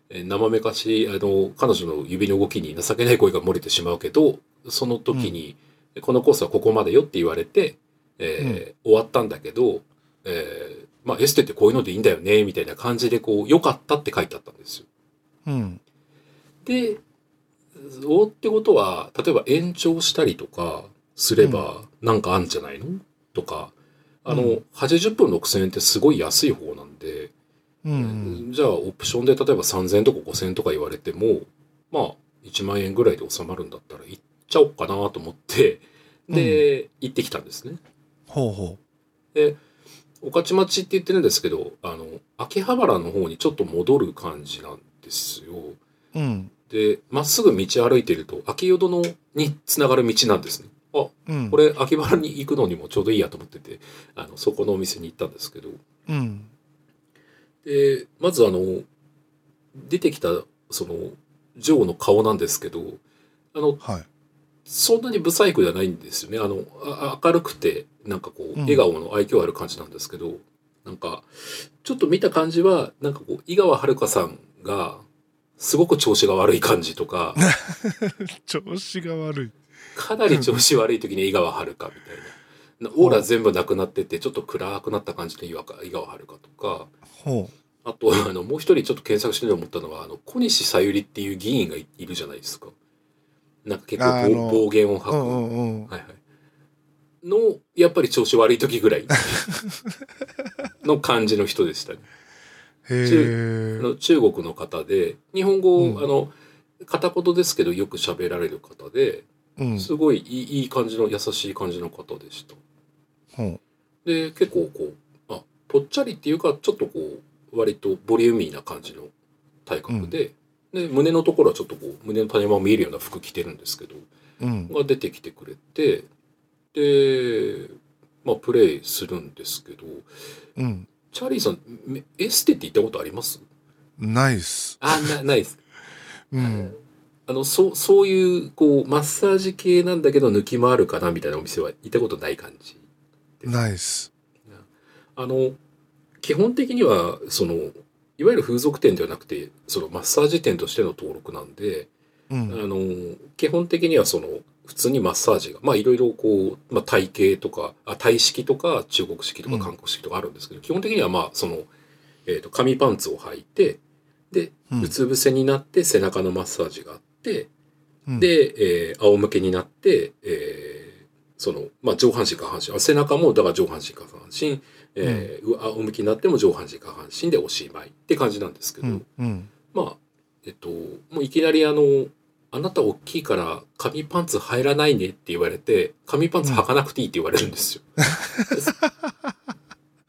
えー生めかしあの彼女の指の動きに情けない声が漏れてしまうけどその時に、このコースはここまでよって言われて、えー終わったんだけど、えーまあ、エステってこういうのでいいんだよねみたいな感じでこう良かったって書いてあったんですよ。うんでおってことは例えば延長したりとかすればなんかあんじゃないのとかあの、う80分6,000円ってすごい安い方なんで。うんじゃあオプションで例えば3,000円とか5,000円とか言われてもまあ1万円ぐらいで収まるんだったら行っちゃおっかなと思ってで、行ってきたんですね。ほうほ御徒町って言ってるんですけどあの秋葉原の方にちょっと戻る感じなんですよ。ううんでまっすぐ道歩いてると秋淀のにつながる道なんですね。あうんこれ秋葉原に行くのにもちょうどいいやと思っててあのそこのお店に行ったんですけどうんでまずあの出てきたそのジョーの顔なんですけどあのはいそんなに不細工ではないんですよねあのあ明るくてなんかこううん笑顔の愛嬌ある感じなんですけど、なんかちょっと見た感じはなんかこう井川遥さんがすごく調子が悪い感じと か調子が悪いかなり調子悪い時に井川遥みたいなオーラ全部なくなっててちょっと暗くなった感じの井川井川遥とか。ほあと、 あの、もう一人ちょっと検索してて思ったのは、あの、小西さゆりっていう議員がいいるじゃないですか。なんか結あーあ構の暴暴言を吐うく。うんはいうんうんはい。の、やっぱり調子悪い時 ぐらいの感じの人でしたね。へあえの中国の方で、日本語、うんあの、片言ですけどよく喋られる方で、うんすごいいいいい感じの優しい感じの方でした。ほうで、結構こう、あ、ぽっちゃりっていうか、ちょっとこう、割とボリューミーな感じの体格で、で、胸のところはちょっとこう、胸の谷間も見えるような服着てるんですけど、うんが出てきてくれて、で、まあ、プレイするんですけど、うんチャーリーさん、めエステって行ったことありますナイスあ、なないです。うんあの、そう、そういう、こう、マッサージ系なんだけど、抜きもあるかなみたいなお店は行ったことない感じ。ナイスあの基本的にはそのいわゆる風俗店ではなくてそのマッサージ店としての登録なんで、うあんの基本的にはその普通にマッサージがまあいろいろこう、まあ、体型とかあ体式とか中国式とうかん韓国式とかあるんですけど、基本的にはまあその、えー、と紙パンツを履いてでうんうつ伏せになって背中のマッサージがあって、うんで、えー仰向けになって、えーその、まあ、上半身下半身あ背中もだから上半身下半身、えーう仰向けになっても上半身下半身でおしまいって感じなんですけど、うんうんまあえっともういきなりあの「あなた大きいから紙パンツ入らないね」って言われて紙パンツ履かなくていいって言われる んですよ。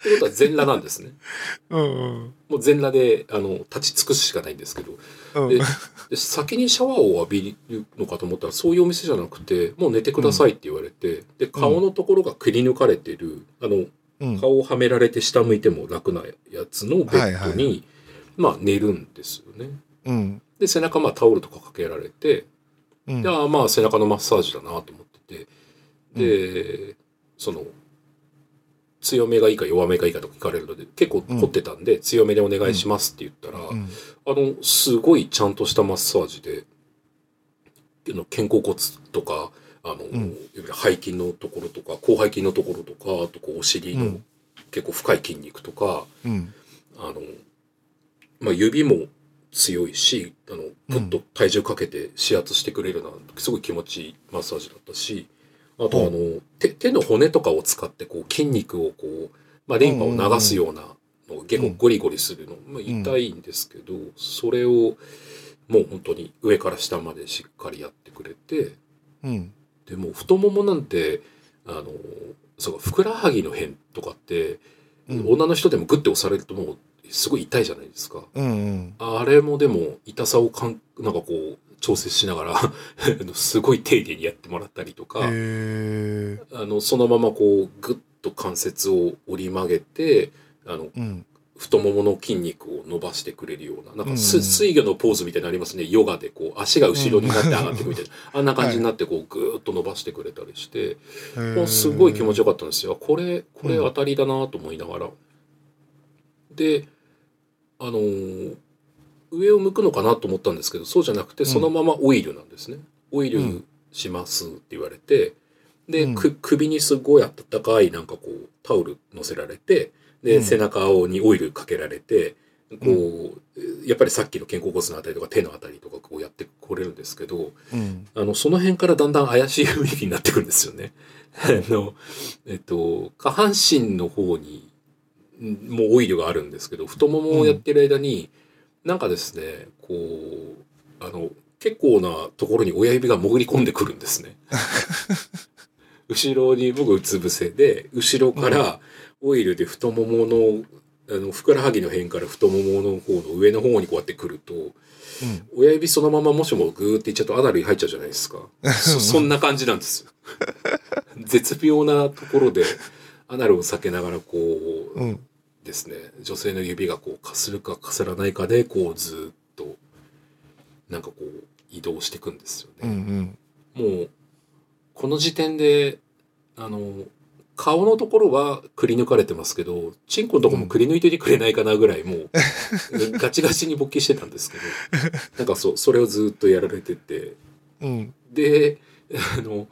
ってことは全裸なんですね。うんもう全裸であの立ち尽くすしかないんですけどうんでで先にシャワーを浴びるのかと思ったらそういうお店じゃなくてもう寝てくださいって言われて、で顔のところがくり抜かれてるあのうん顔をはめられて下向いても楽なやつのベッドに、はまあ寝るんですよね。うんで背中まあタオルとかかけられて、うんでああまあ背中のマッサージだなと思っててで、その強めがいいか弱めがいいかとか聞かれるので、結構凝ってたんで、強めでお願いしますって言ったら、うんあの、すごいちゃんとしたマッサージで、あの肩甲骨とか、あの、んいわゆる背筋のところとか、広背筋のところとか、あとこうお尻うのん結構深い筋肉とか、うんあの、まあ、指も強いし、あの、ぐっと体重かけて指圧してくれるな、すごい気持ちいいマッサージだったし、あとあの、手、手の骨とかを使って、こう、筋肉をこう、まあ、リンパを流すようなのを結構ゴリゴリするの、まあ、痛いんですけど、それを、もう本当に上から下までしっかりやってくれて、うんでもう太ももなんて、あの、そうか、ふくらはぎの辺とかって、うん女の人でもグッて押されるともうすごい痛いじゃないですか。うんあれもでも痛さをかん、なんかこう、調節しながら あの、すごい丁寧にやってもらったりとか、へえあの、そのままこう、グッと関節を折り曲げて、あの、うん太ももの筋肉を伸ばしてくれるような、なんかうすん水魚のポーズみたいになのありますね。ヨガでこう、足が後ろになって上がって くみたいな。あんな感じになってこう、ぐーっと伸ばしてくれたりして、へーもうすごい気持ちよかったんですよ。これ、これ当たりだなと思いながら。で、あのー上を向くのかなと思ったんですけど、そうじゃなくて、んそのままオイルなんですね。オイうルんしますって言われて、で、うんく首にすごい温かいなんかこう、タオル乗せられて、で、うん背中にオイルかけられて、こう、やっぱりさっきの肩甲骨のあたりとか手のあたりとかこうやってこれるんですけど、うんあの、その辺からだんだん怪しい雰囲気になってくるんですよね。 あの、えっと、下半身の方に、んもうオイルがあるんですけど、太ももをやってる間に、なんかですね、こう、あの、結構なところに親指が潜り込んでくるんですね。後ろに僕うつ伏せで、後ろからオイルで太ももの、あの、ふくらはぎの辺から太ももの方の上の方にこうやってくると、うん親指そのままもしもグーっていっちゃうとアナルに入っちゃうじゃないですか。そそんな感じなんですよ。 絶妙なところで、アナルを避けながらこう、うんですね、女性の指がこう、かするかかすらないかで、こう、ずーっと、なんかこう、移動していくんですようね。んもう、この時点で、あの、顔のところはくり抜かれてますけど、チンコのとこもくり抜いててくれないかなぐらいもう、ガチガチに勃起してたんですけど、なんかそう、それをずーっとやられてて、うんで、あの、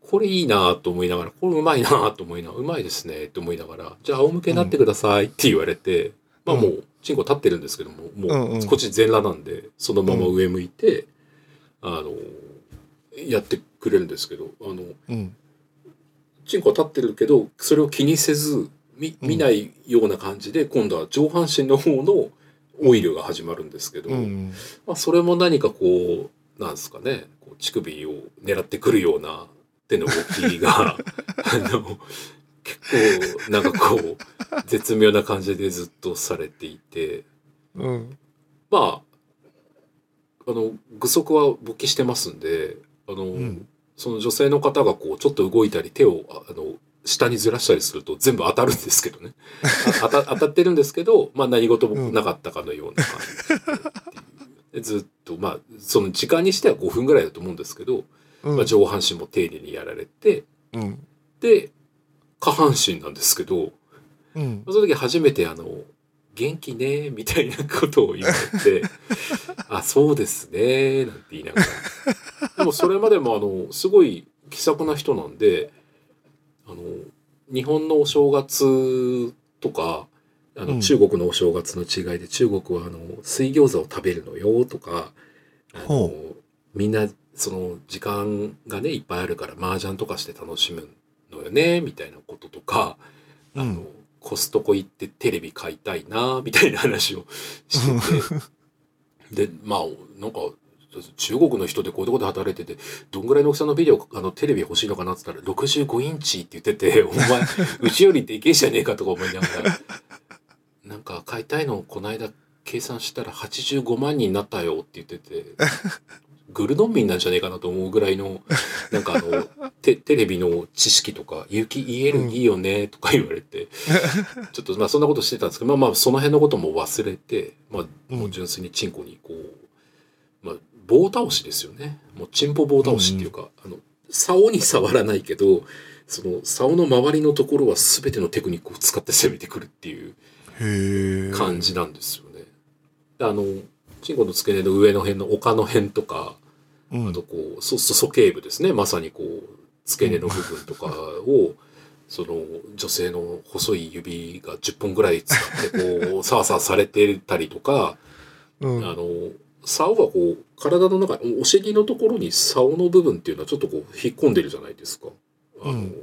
これいいなと思いながら、これうまいなと思いながら、うまいですねと思いながら、じゃあ仰向けになってくださいって言われて、まあもう、チンコ立ってるんですけども、うんもうんう、こっち全裸なんで、そのまま上向いて、あの、やってくれるんですけど、あの、うんチンコは立ってるけど、それを気にせず、見うん見ないような感じで、今度は上半身の方のオイルが始まるんですけど、うんまあ、それも何かこう、なんですかね、こう乳首を狙ってくるような手の動きが、あの、結構、なんかこう、絶妙な感じでずっとされていて、うんまあ、あの、具足は勃起してますんで、あの、んその女性の方がこう、ちょっと動いたり、手を、ああの、下にずらしたりすると全部当たるんですけどね。あ当た当たってるんですけど、まあ何事もなかったかのような感じでっていうでずっと、まあ、その時間にしては5分ぐらいだと思うんですけど、うんまあ、上半身も丁寧にやられて、うんで、下半身なんですけど、うんその時初めてあの、元気ね、みたいなことを言われ て、あ、そうですね、なんて言いながら。でもそれまでもあの、すごい気さくな人なんで、あの、日本のお正月とか、あうんの、中国のお正月の違いで、中国はあの、水餃子を食べるのよ、とか、あのほ、みんな、その、時間がね、いっぱいあるから、麻雀とかして楽しむのよね、みたいなこととか、うあのん、コストコ行ってテレビ買いたいな、みたいな話を してて。で、まあ、なんか、中国の人でこういうとこで働いてて、どんぐらいの大きさのビデオ、あの、テレビ欲しいのかなって言ったら、65インチって言ってて、 お前、うちよりでけえじゃねえかとか思いながら、 なんか買いたいのをこの間計算したら85万人になったよって言ってて、グルドンミンなんじゃねえかなと思うぐらいの、なんかあ の、テテレビの知識とか、有機 EL いいよねとか言われて、ちょっとまあそんなことしてたんですけど、まあまあその辺のことも忘れて、まあもう純粋にチンコにこう、まあ棒倒しですよね。もうチンポ棒倒しっていうか、あの、竿に触らないけど、その竿の周りのところは全てのテクニックを使って攻めてくるっていうへえ。感じなんですよね。であのチンコの付け根の上の辺の丘の辺とかうん。あとこうそそ頸部ですねまさにこう付け根の部分とかをその女性の細い指が10本ぐらい使ってこうサワサワされてたりとかうあん。の竿はこう体の中お尻のところに竿の部分っていうのはちょっとこう引っ込んでるじゃないですか。あのうんだか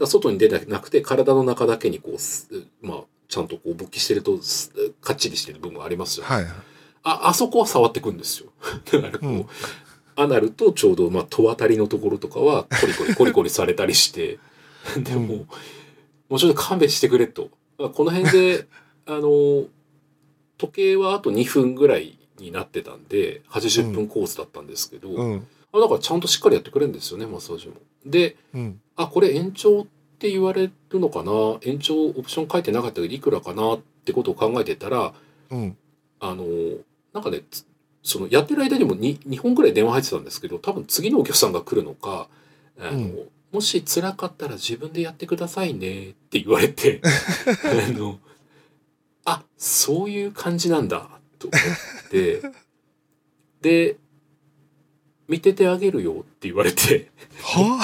ら外に出てなくて体の中だけにこうすまあちゃんとこう勃起してるとすかっちりしてる部分がありますよねはい。あ、あそこは触ってくんですよ。 だからこう、うんアナルとちょうど、まあ、戸渡りのところとかは、コリコ リコリコリされたりして、でも、うんもうちょっと勘弁してくれと。あこの 辺で、あの、時計はあと2分ぐらいになってたんで、80分コースだったんですけど、うん。あだからちゃんとしっかりやってくれるんですよね、マッサージも。で、うん。あ、これ延長って言われるのかな延長オプション書いてなかったけど、いくらかなってことを考えてたら、うん。あの、なんかね、つそのやってる間にも 2, 2本ぐらい電話入ってたんですけど、多分次のお客さんが来るのか、あのうんもし辛かったら自分でやってくださいねって言われ て、あの、あ、そういう感じなんだと思って、で、見ててあげるよって言われて、は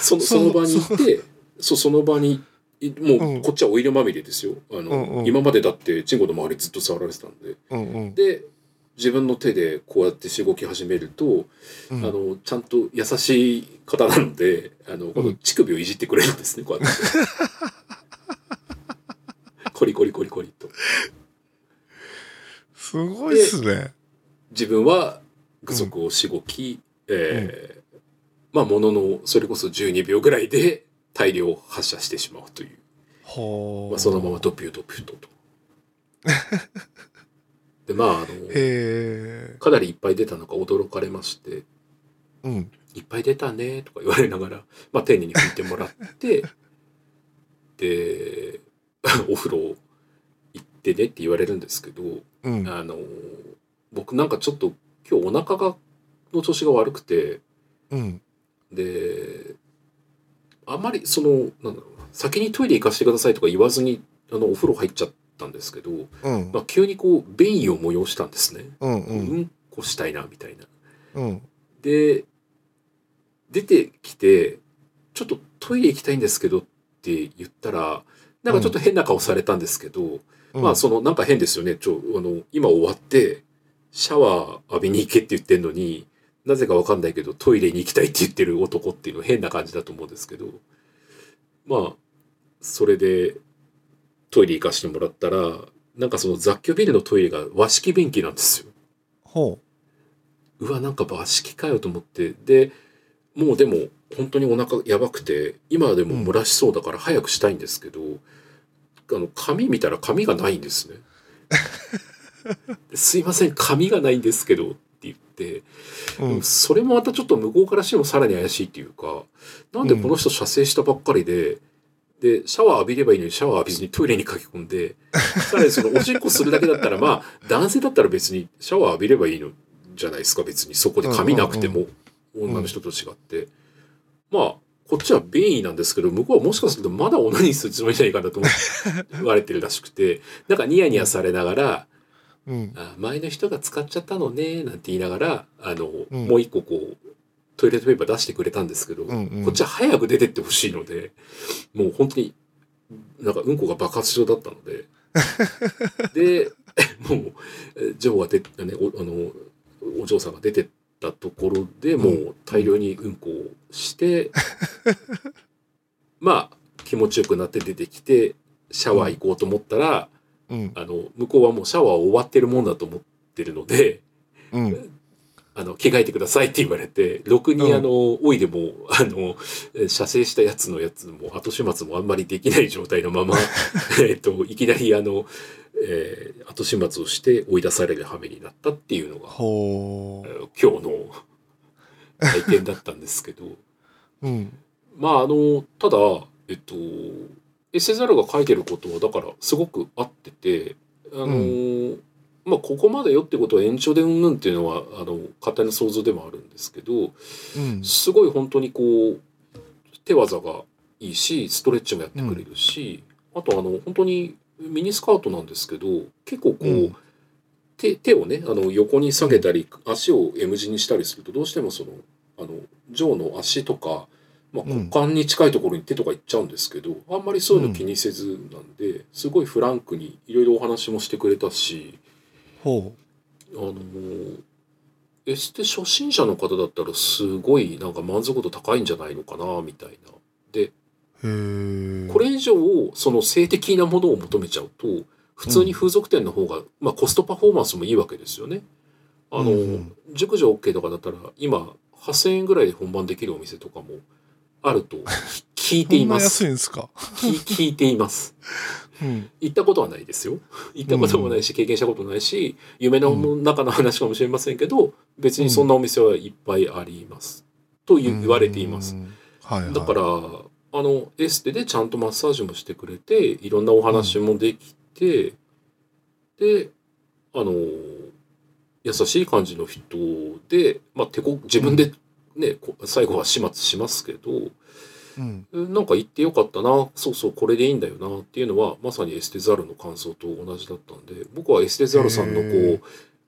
そのその場に行って、そうその場にい、もううんこっちはオイルまみれですよ。あの、うんうん今までだってチンコの周りずっと触られてたんで。あ。うんうん。で自分の手でこうやってしごき始めると、うんあのちゃんと優しい方なのであのこの乳首をいじってくれるんですねこうやって。コリコリコリコリとすごいっすね。自分は具足をしごき、えーまあもののそれこそ12秒ぐらいで大量発射してしまうという、はまあ、そのまま。ドピュードピューとと。でまああのへえ。かなりいっぱい出たのか驚かれましてうん。いっぱい出たねとか言われながら、まあ、丁寧に拭いてもらってで お風呂行ってねって言われるんですけどうん。あの僕なんかちょっと今日お腹がの調子が悪くてうん。であんまりそのなんだろうな先にトイレ行かせてくださいとか言わずにあのお風呂入っちゃったんですけど、うんま。あ、急にこう便意を催したんですね、うん。ううん。うんこしたいなみたいな。うん。で、出てきて、ちょっとトイレ行きたいんですけどって言ったら、なんかちょっと変な顔されたんですけど、まあそのなんか変ですよね。ちょ、あの、今終わって、シャワー浴びに行けって言ってんのに、なぜかわかんないけどトイレに行きたいって言ってる男っていうの変な感じだと思うんですけど、まあ、それでトイレ行かしてもらったら、なんかその雑居ビルのトイレが和式便器なんですよ。ほうわなんか和式かよと思ってでもうでも本当にお腹やばくて今でも蒸らしそうだから早くしたいんですけど、あの紙見たら紙がないんですね。ですいません紙がないんですけどって言って、う。うん。それもまたちょっと向こうからしてもさらに怪しいっていうかなんでこの人射精したばっかりで。でシャワー浴びればいいのにシャワー浴びずにトイレに駆け込ん でさらにそのおしっこするだけだったらまあ男性だったら別にシャワー浴びればいいのじゃないですか別にそこで髪なくてもん女の人と違ってまあこっちは便意なんですけど向こうはもしかするとまだオナニーするつもりじゃないかなと 思って言われてるらしくてなんかニヤニヤされながらうん。あ前の人が使っちゃったのねなんて言いながらあの、うんもう一個こうトイレットペーパー出してくれたんですけど、うん。うん。こっちは早く出てってほしいのでもう本当になんかうんこが爆発症だったの ででもうえジョーが出て、ね、おあのお嬢さんが出てったところでもう大量にうんこを して、まあ気持ちよくなって出てきてシャワー行こうと思ったら、うん。あの向こうはもうシャワー終わってるもんだと思ってるので うん。あの着替えてくださいって言われてろくにうんあの、おいでもあのえ射精したやつのやつも後始末もあんまりできない状態の ままえっといきなりあの、えー後始末をして追い出される羽目になったっていうのがほえー今日の 体験だったんですけどう。うん。まああのただえっとエセザルが書いてることはだからすごく合っててあの、うまあここまでよってことは延長でうんぬんっていうのはあの簡単な想像でもあるんですけど、うん。すごい本当にこう手技がいいし、ストレッチもやってくれるし、あとあの、本当にミニスカートなんですけど、結構こう、うん手手をね、あの横に下げたり、足を M 字にしたりすると、どうしてもその、あの、上の足とか、まあ、うん股間に近いところに手とかいっちゃうんですけど、あんまりそういうの気にせずなんで、すごいフランクにいろいろお話もしてくれたし、ほあのーエステ初心者の方だったらすごいなんか満足度高いんじゃないのかなみたいな。う。へえ。これ以上その性的なものを求めちゃうと普通に風俗店の方が、まあ、コストパフォーマンスもいいわけですよね。あのー、うんうん熟女 OK とかだったら今8,000円ぐらいで本番できるお店とかもあると聞いていこんなます。安いんですか。聞聞いています。うん。行ったことはないですよ。 行ったこともないし、経験したことないし、夢の中の話かもしれませんけど、別にそんなお店はいっぱいあります。と言言われていますう。ん。はい、はい。だから、あの、エステでちゃんとマッサージもしてくれて、いろんなお話もできて、で、あの、優しい感じの人で、まあ、手こ、自分でね、こ最後は始末しますけど、うん。なんか行ってよかったな、そうそう、これでいいんだよなっていうのは、まさにエステザルの感想と同じだったんで、僕はエステザルさんのこへう、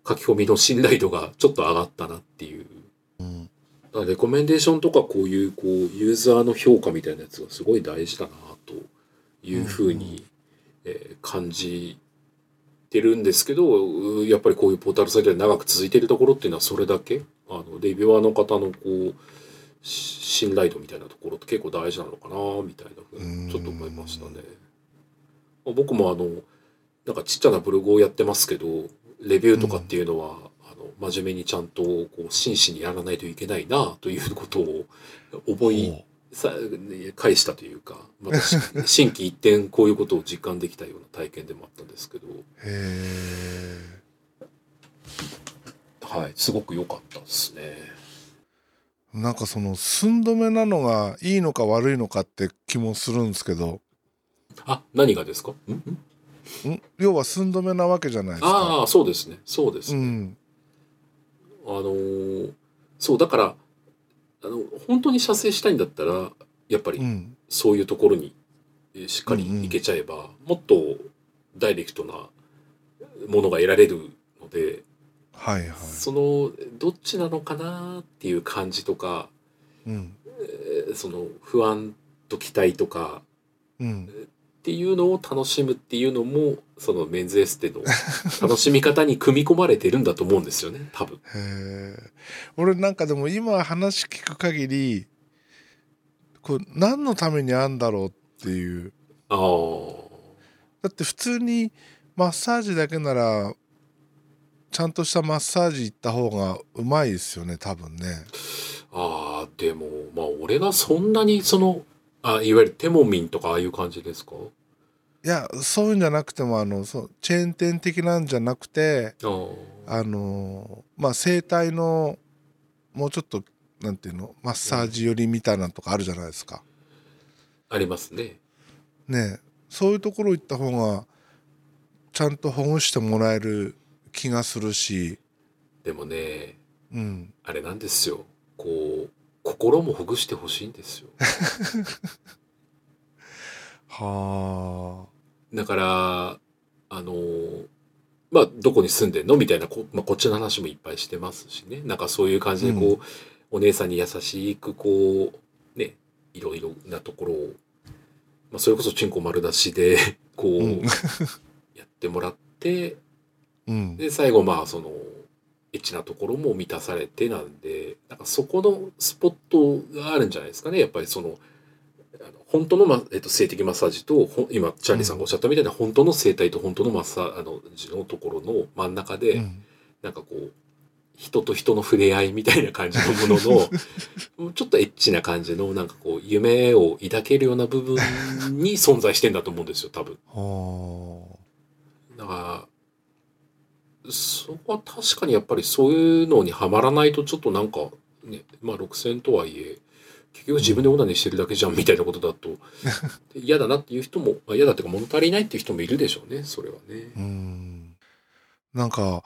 書き込みの信頼度がちょっと上がったなっていう。うん。だからレコメンデーションとかこういう、こう、ユーザーの評価みたいなやつがすごい大事だなというふうに、えー感じてるんですけど、うーやっぱりこういうポータルサイトで長く続いてるところっていうのはそれだけ、あの、レビュアーの方のこう、し信頼度みたいなところって結構大事なのかなみたいなふうにちょっと思いましたね。まあ僕もあのなんかちっちゃなブログをやってますけどレビューとかっていうのは、あの真面目にちゃんとこう真摯にやらないといけないなということを思いさ返したというか、またし心機一転こういうことを実感できたような体験でもあったんですけど、へえ。はい、すごく良かったですね。なんかその寸止めなのがいいのか悪いのかって気もするんですけど、あ何がですかんんん要は寸止めなわけじゃないですか。ああそうですねそうですね。うん。あのーそうだからあの本当に射精したいんだったらやっぱうりん。そういうところにえーしっかりうんうん行けちゃえば、もっとダイレクトなものが得られるので、はいはい。そのどっちなのかなっていう感じとか、うん。えーその不安と期待とかうん。っていうのを楽しむっていうのもそのメンズエス テの楽しみ方に組み込まれてるんだと思うんですよね多へ分。え俺なんかでも今話聞く限りこれ何のためにあんだろうっていうあーだって普通にマッサージだけならちゃんとしたマッサージ行った方がうまいですよね多分ねああ、でも、まあ、俺がそんなに、その、あ、いわゆるテモミンとか、ああいう感じですかいやそういうんじゃなくてもあのそうチェーン店的なんじゃなくてあーあのまあ整体のもうちょっとなんていうのマッサージ寄りみたいなのとかあるじゃないですかありますね。ねえそういうところ行った方がちゃんとほぐしてもらえる気がするし、でもね、うん、あれなんですよ。こう、心もほぐしてほしいんですよ。はだから、あのーまあ、どこに住んでんのみたいなこ、まあ、こっちの話もいっぱいしてますしね。なんかそういう感じで、こう、お姉さんに優しく、こう、ね、いろいろなところを、まあ、それこそチンコ丸出しで、こう、うんやってもらって、あ、うん、で、最後、まあ、その、エッチなところも満たされてなんで、なんかそこのスポットがあるんじゃないですかね。やっぱりその、あの本当の、ま、えっと、性的マッサージと、ほん今、チャーリーさんがおっしゃったみたいな、本当の生体と本当のマッサージのところの真ん中で、うんなんかこう、人と人の触れ合いみたいな感じのもの の、ちょっとエッチな感じの、なんかこう、夢を抱けるような部分に存在してんだと思うんですよ、多分。はだから、そこは確かにやっぱりそういうのにはまらないとちょっとなんか、ね、まあ6000とはいえ、結局自分でオナニーしてるだけじゃんみたいなことだと、で嫌だなっていう人も、あ嫌だっていうか物足りないっていう人もいるでしょうね、それはねあ、。うん、なんか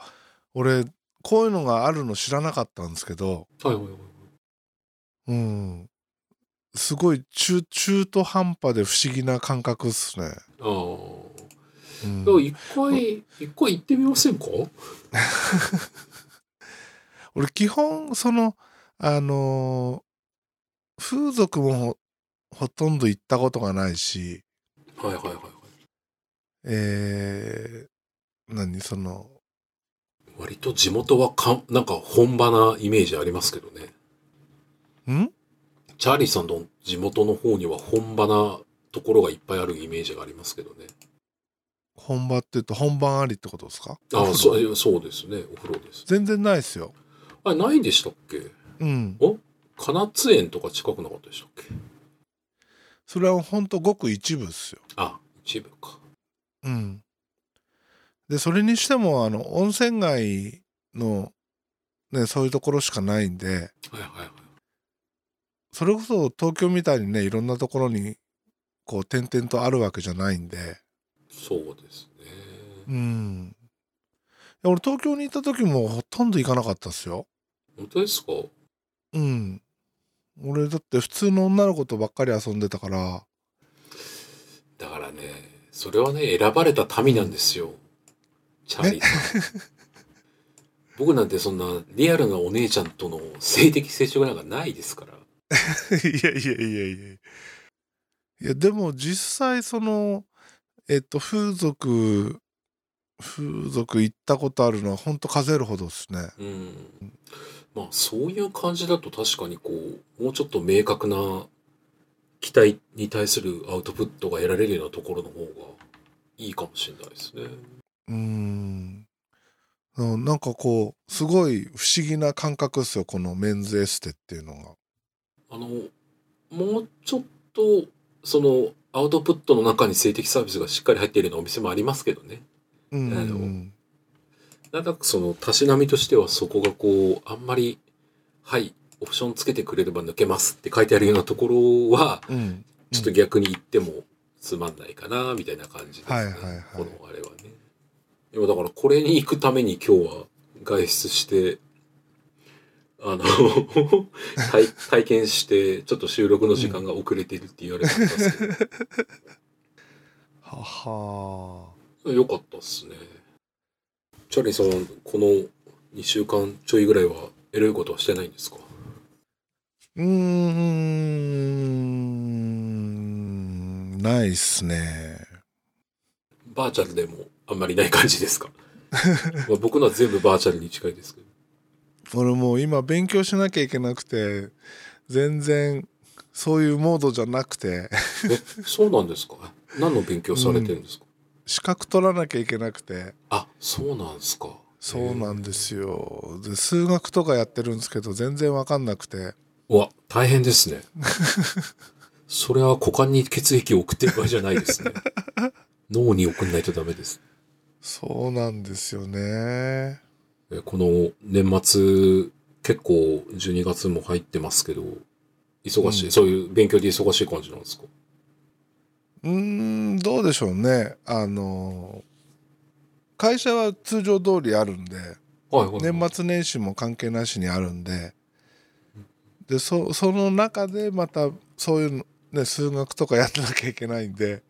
俺こういうのがあるの知らなかったんですけど、はいはいはい。うん、すごい中中途半端で不思議な感覚っすね。ああ。うんでも一回、一回行ってみませんか俺基本そのあのー風俗もほほとんど行ったことがないしはいはいはいはい。えー、何その割と地元はか、なんか本場なイメージありますけどね。んチャーリーさんの地元の方には本場なところがいっぱいあるイメージがありますけどね。本場って言うと本番ありってことですかああ、うそう、そうですね。お風呂です。全然ないですよあれ、ないんでしたっけうん金津園とか近くなかったでしたっけそれはほんとごく一部っすよあ、一部か。うんでそれにしてもあの温泉街のねそういうところしかないんではいはいはい。それこそ東京みたいにねいろんなところにこう点々とあるわけじゃないんでそうですね。うんいや俺東京にいた時もほとんど行かなかったっすよ本当ですかうん俺だって普通の女の子とばっかり遊んでたからだからね、それはね、選ばれた民なんですよ。チャーリーさん。 僕なんてそんなリアルなお姉ちゃんとの性的接触なんかないですから。 いやいやいやいやいやでも実際そのえっと風俗風俗行ったことあるのはほんと数えるほどですねうん。まあそういう感じだと確かにこう、もうちょっと明確な期待に対するアウトプットが得られるようなところの方がいいかもしれないですね。うんうんなんかこうすごい不思議な感覚ですよこのメンズエステっていうのがあの、もうちょっと、その、アウトプットの中に性的サービスがしっかり入っているようなお店もありますけどね。うん、なるほどなんとなくその、たしなみとしてはそこがこう、あんまり、はい、オプションつけてくれれば抜けますって書いてあるようなところは、うん、ちょっと逆に言ってもつまんないかな、みたいな感じですね。はいはいはいこのあれはね。でもだからこれに行くために今日は外出して、あの、 体体験して、ちょっと収録の時間が遅れてるって言われたんですけど、ははよかったっすね。チャーリーさんはこの2週間ちょいぐらいはエロいことはしてないんですかうーんないっすねバーチャルでもあんまりない感じで すかまあ僕のは全部バーチャルに近いですけど。俺もう今勉強しなきゃいけなくて全然そういうモードじゃなくて え、そうなんですか何の勉強されてるんですか、資格取らなきゃいけなくてあ、そうなんですか。そうなんでよ。すよで数学とかやってるんですけど全然わかんなくてうわ、大変ですね。それは股間に血液を送ってる場合じゃないですね。脳に送んないとダメです。そうなんですよねえこの年末、結構12月も入ってますけど、忙しい、うんそういう勉強で忙しい感じなんですかうーんどうでしょうねあの会社は通常通りあるんではいはい。年末年始も関係なしにあるんででそその中でまたそういうの、ね、数学とかやらなきゃいけないんで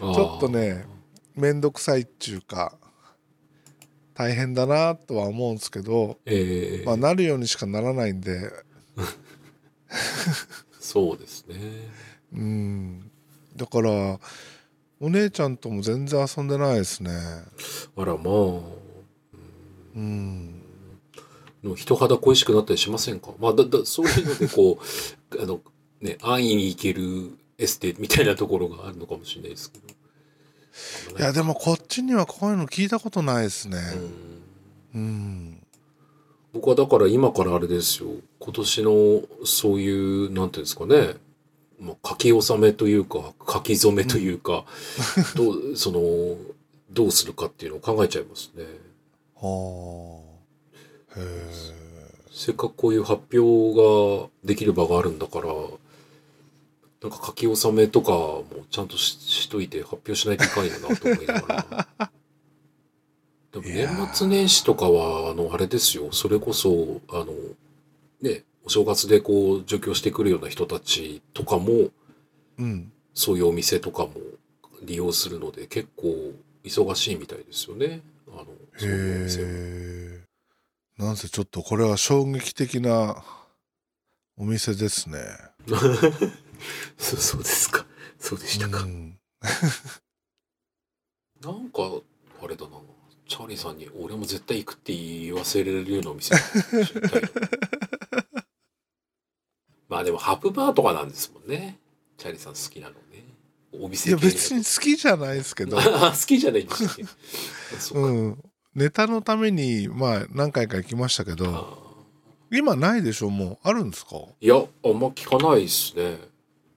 あーちょっとね面倒くさいっちゅうか大変だなとは思うんですけど、えーまあ、なるようにしかならないんでそうですね。うんだからお姉ちゃんとも全然遊んでないですねあらまあ、うんでも人肌恋しくなったりしませんかまあ、だ、だ、そういうのでこう、 あの、ね、安易に行けるエステみたいなところがあるのかもしれないですけど。いやでもこっちにはこういうの聞いたことないですねうんうん僕はだから今からあれですよ。今年のそういう、なんていうんですかね。まあ、書き納めというか、書き初めというか、どう、その、どうするかっていうのを考えちゃいますね。はあへせっかくこういう発表ができる場があるんだから、なんか書き納めとかもちゃんとししといて発表しないといかんよなと思いながら。でもいやー年末年始とかは、あの、あれですよ。それこそ、あの、ね、お正月でこう、上京してくるような人たちとかも、うん。そういうお店とかも利用するので、結構忙しいみたいですよね。あの、そういうお店はへえ。なんせちょっとこれは衝撃的なお店ですね。そうそうですか。そうでしたか。うん、なんか、あれだな。チャーリーさんに俺も絶対行くって言わせられるようなお店知りたいなまあでもハプバーとかなんですもんね。チャーリーさん好きなのね。おい店や系別に好きじゃないですけど、あ 好きじゃないんですそううか。ん、ネタのためにまあ何回か行きましたけあどー今ないでしょもうあるんですかいや、あんま聞かないですね。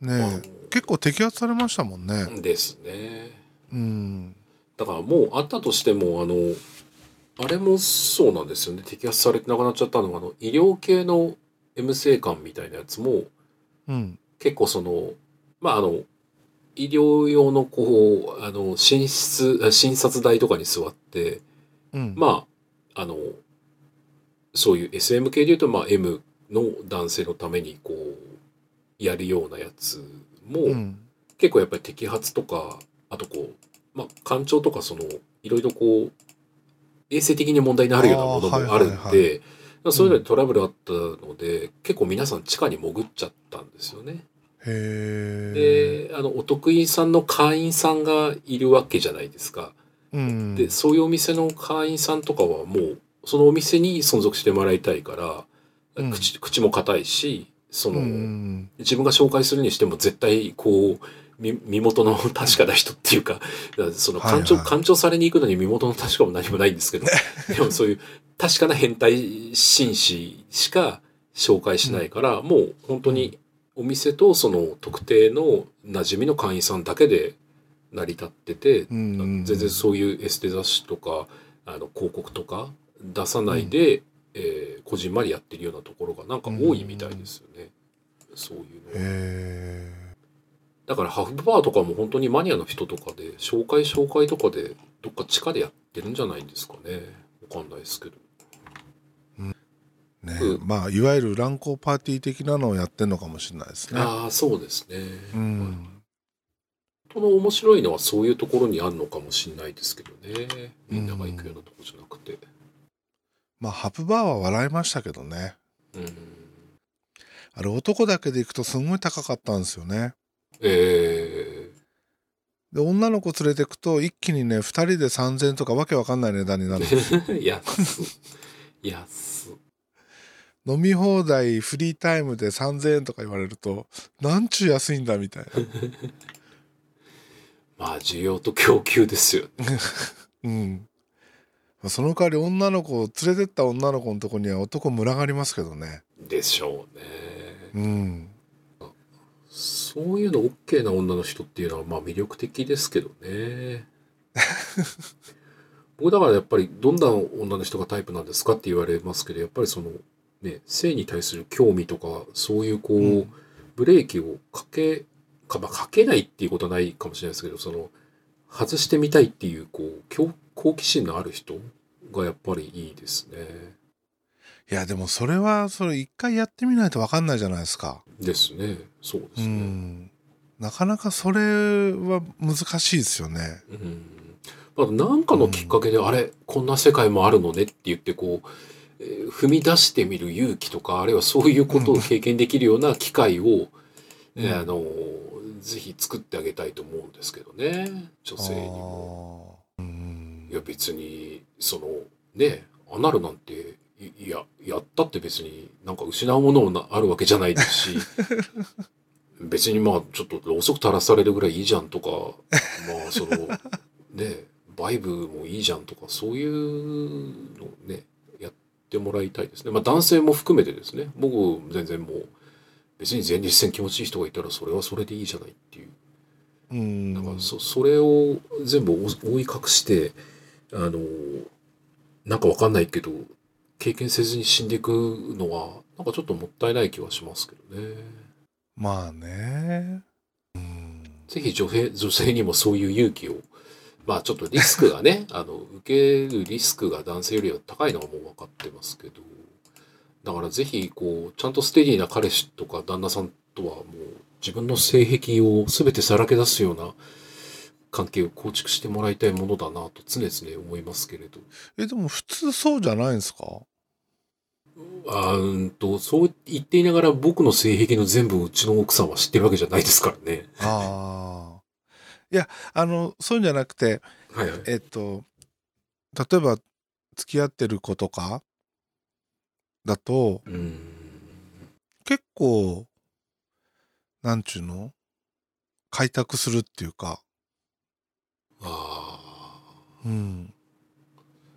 ねえ結構摘発されましたもんねうんですね。うんだからもうあったとしても、あの、あれもそうなんですよね。摘発されてなくなっちゃったのが、あの、医療系の M 生官みたいなやつも、うん結構その、まあ、あの、医療用のこう、あの、診室、あ診察台とかに座って、うんまあ、あの、そういう SM 系で言うと、まあ、M の男性のためにこう、やるようなやつも、うん結構やっぱり摘発とか、あとこう、まあ、官庁とかその、いろいろこう、衛生的に問題になるようなものもあるんで、あーはいはいそういうのにトラブルあったので、結構皆さん地下に潜っちゃったんですよね。へえで、あの、お得意さんの会員さんがいるわけじゃないですか。うんで、そういうお店の会員さんとかはもう、そのお店に存続してもらいたいから、うん口口も硬いし、その、うん自分が紹介するにしても絶対こう、み身 元の確かな人っていうか、その、はいはい干潮、干潮されに行くのに身元の確かも何もない んですけど、でもそういう確かな変態紳士しか紹介しないから、もう本当にお店とその特定の馴染みの会員さんだけで成り立ってて、うんうん全然そういうエステ雑誌とかあの広告とか出さないで、えーこじんまりやってるようなところがなんか多いみたいですよね、そういうのへえだからハーフバーとかも本当にマニアの人とかで紹介紹介とかでどっか地下でやってるんじゃないんですかねわかんないですけどねうんまあいわゆる乱交パーティー的なのをやってんのかもしれないですねああそうですね、うん本当の面白いのはそういうところにあるのかもしれないですけどねみんなが行くようなとこじゃなくてまあハプバーは笑いましたけどねうん、あれ男だけで行くとすんごい高かったんですよねえで女の子連れてくと一気にね2人で3000とかわけわかんない値段に なるん ですよー、安安飲み放題フリータイムで3000円とか言われるとなんちゅう安いんだみたいな まあ需要と供給ですよね。うんまあその代わり女の子を連れてった女の子のとこには男群がりますけどねでしょうね。うんそういうの OK な女の人っていうのはまあ魅力的ですけどね。 僕だからやっぱりどんな女の人がタイプなんですかって言われますけど、やっぱりそのね、性に対する興味とか、そういうこう、うんブレーキをかけ、か、まあ、かけないっていうことはないかもしれないですけど、その、外してみたいっていう、こう、好好奇心のある人がやっぱりいいですね。いやでもそれはそれ一回やってみないとわかんないじゃないですかですね。そうでうすね。んなかなかそれは難しいですよねうん。まあ、なんかのきっかけで、あれ、こんな世界もあるのねって言って、こう、えー踏み出してみる勇気とか、あるいはそういうことを経験できるような機会を、うんえーあのー、ぜひ作ってあげたいと思うんですけどね。女性にも。あーうんいや、別に、その、ね、アナルなんて、いいや、やったって別になんか失うものもなあるわけじゃないですし、別にまあちょっとろうそく垂らされるぐらいいいじゃんとか、まあその、ね、バイブもいいじゃんとか、そういうのをね、やってもらいたいですね。まあ男性も含めてですね、僕全然もう、別に前立腺気持ちいい人がいたらそれはそれでいいじゃないっていう。うんだからそそれを全部覆い隠してあのなんかわかんないけど経験せずに死んでいくのはなんかちょっともったいない気はしますけどねまあね。うん。ぜひ女性女性にもそういう勇気をまあちょっとリスクが ねあの受けるリスクが男性よりは高いのはもう分かってますけどだからぜひ、こう、ちゃんとステディな彼氏とか旦那さんとはもう自分の性癖を全てさらけ出すような関係を構築してもらいたいものだなと常々思いますけれど。え、でも普通そうじゃないんですか あーうーんと、そう言っていながら僕の性癖の全部をうちの奥さんは知ってるわけじゃないですからね。ああ。いや、あの、そういうんじゃなくて、はいはい。えっと、例えば、付き合ってる子とか、だと、うーん。結構、なんちゅうの開拓するっていうか、ああ。うん。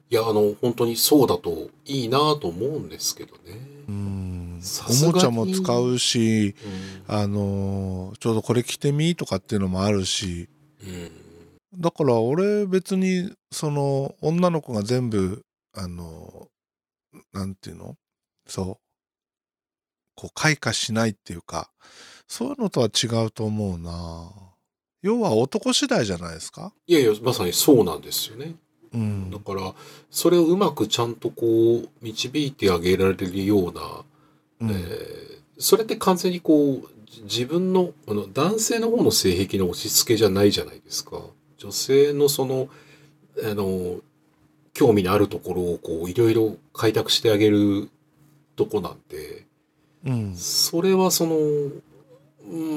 いや、あの、本当にそうだといいなと思うんですけどね。うんさすがおにもちゃも使うし、うあのーちょうどこれ着てみとかっていうのもあるし、ん。うんだから俺別にその女の子が全部あのなんていうのそうこう開花しないっていうかそういうのとは違うと思うな要は男次第じゃないですかいやいや、まさにそうなんですよね。うんだから、それをうまくちゃんとこう、導いてあげられるような、うんえーそれって完全にこう、じ自分の、あの、男性の方の性癖の押し付けじゃないじゃないですか。女性のその、あの、興味のあるところをこう、いろいろ開拓してあげるとこなんで、うんそれはその、う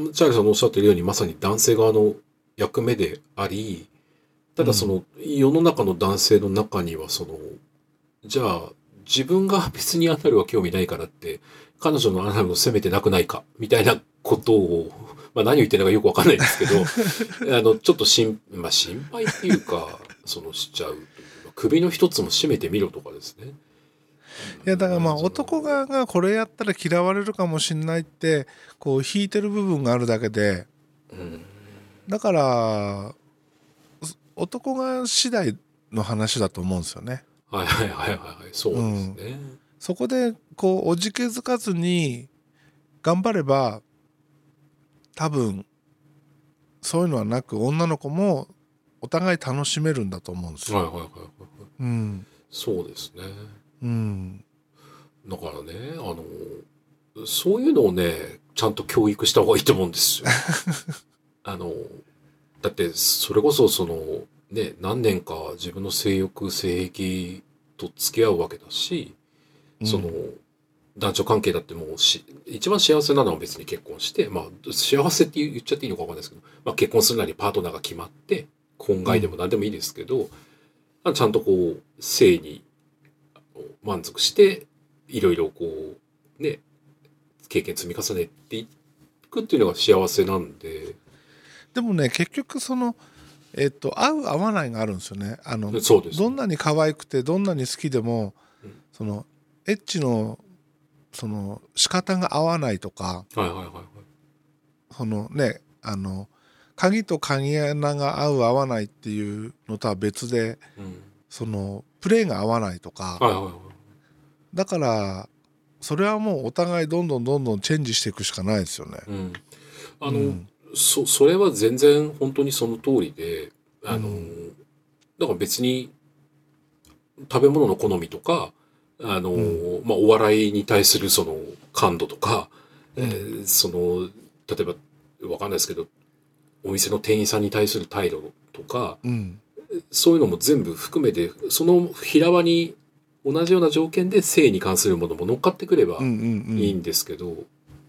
んチャールさんのおっしゃってるようにまさに男性側の役目であり、ただその、世の中の男性の中にはその、じゃあ自分が 別にアナルは興味ないからって、彼女のアナルを責めてなくないか、みたいなことを、まあ何を言ってるのかよくわかんないんですけ ど、あの、ちょっと心、まあ心配っていうか、そのしちゃうというか。首の一つも締めてみろとかですね。いやだからまあその男側がこれやったら嫌われるかもしんないってこう引いてる部分があるだけでうんだからそ男側次第の話だと思うんですよねはいはいはいはいはい、そうですね。そこでこうおじけづかずに頑張れば多分そういうのはなく女の子もお互い楽しめるんだと思うんですはいよ。はいはいはいはい。うんそうですね。うんだからね、あの、そういうのをね、ちゃんと教育した方がいいと思うんですよ。あの、だって、それこそその、ね、何年か自分の性欲、性癖と付き合うわけだし、その、男女関係だってもうし、一番幸せなのは別に結婚して、まあ、幸せって言っちゃっていいのかわかんないですけど、まあ結婚するなりパートナーが決まって、婚外でも何でもいいですけど、ちゃんとこう、性に満足して、いろいろこう、ね、経験積み重ねていくっていうのが幸せなんで、でもね結局そのえっと合う合わないがあるんですよね。あのそうです、どんなに可愛くてどんなに好きでもうんそのエッチのその仕方が合わないとか。はいはいはいはい。そのねあの鍵と鍵穴が合う合わないっていうのとは別でうん。そのプレーが合わないとか、はいはいはい。だからそれはもうお互いどんどんどんどんチェンジしていくしかないですよね。うん。あの、うんそ、それは全然本当にその通りで、あの、うんだから別に、食べ物の好みとか、あの、うまあ、お笑いに対するその感度とか、うんえーその、例えば、わかんないですけど、お店の店員さんに対する態度とか、うんそういうのも全部含めて、その平場に同じような条件で性に関するものも乗っかってくれば、うんうんうんいいんですけど、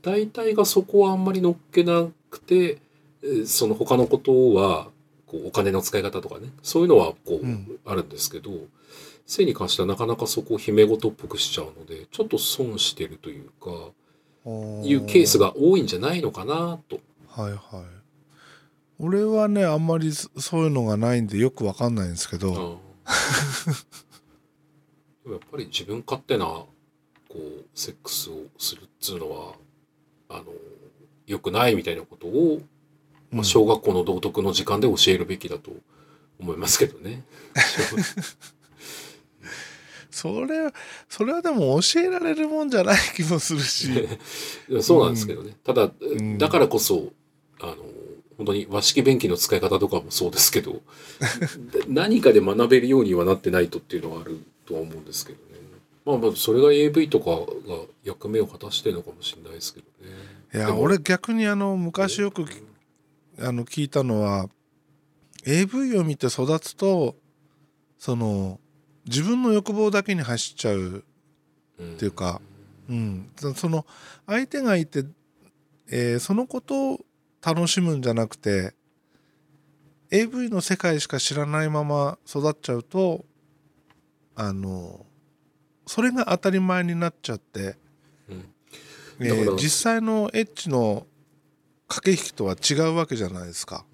大体がそこはあんまり乗っけなくてえーその他のことはこうお金の使い方とかねそういうのはこう、うんあるんですけど性に関してはなかなかそこを姫事っぽくしちゃうのでちょっと損してるというかおいうケースが多いんじゃないのかなと。はいはい俺はねあんまりそそういうのがないんでよくわかんないんですけど、 でもやっぱり自分勝手なこうセックスをするっつうのはあの良くないみたいなことをうまあ、ん小学校の道徳の時間で教えるべきだと思いますけどね。それそれはでも教えられるもんじゃない気もするしそうなんですけどね。ただ、んだからこそ、あの、本当に和式便器の使い方とかもそうで すけど、何かで学べるようにはなってないとっていうのはあるとは思うんですけどね。まあまあ、それが AV とかが役目を果たしてるのかもしれないですけどね。いでやも俺逆にあの昔よくきあの聞いたのは AV を見て育つとその自分の欲望だけに走っちゃう、っていうか、うん、そその相手がいて、えーそのことを楽しむんじゃなくて AV の世界しか知らないまま育っちゃうとあのそれが当たり前になっちゃって、うんえだかーら実際のエッチの駆け引きとは違うわけじゃないですか。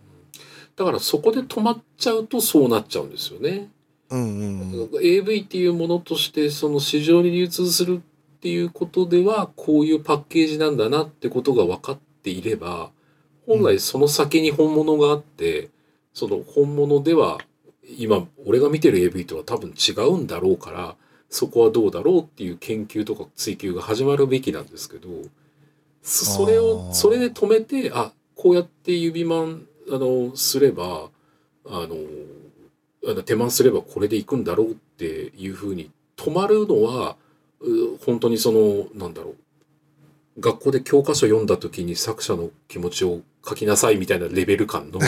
だからそこで止まっちゃうとそうなっちゃうんですよね。うんうんうん、 AV っていうものとしてその市場に流通するっていうことではこういうパッケージなんだなってことが分かっていれば本来その先に本物があって、その本物では今俺が見てる AV とは多分違うんだろうからそこはどうだろうっていう研究とか追求が始まるべきなんですけどそそれあをーそれで止めてあこうやって指マンあのすればあのあの手満すればこれでいくんだろうっていうふうに止まるのはう本当にそのなんだろう学校で教科書読んだ時に作者の気持ちを書きなさいみたいなレベル感の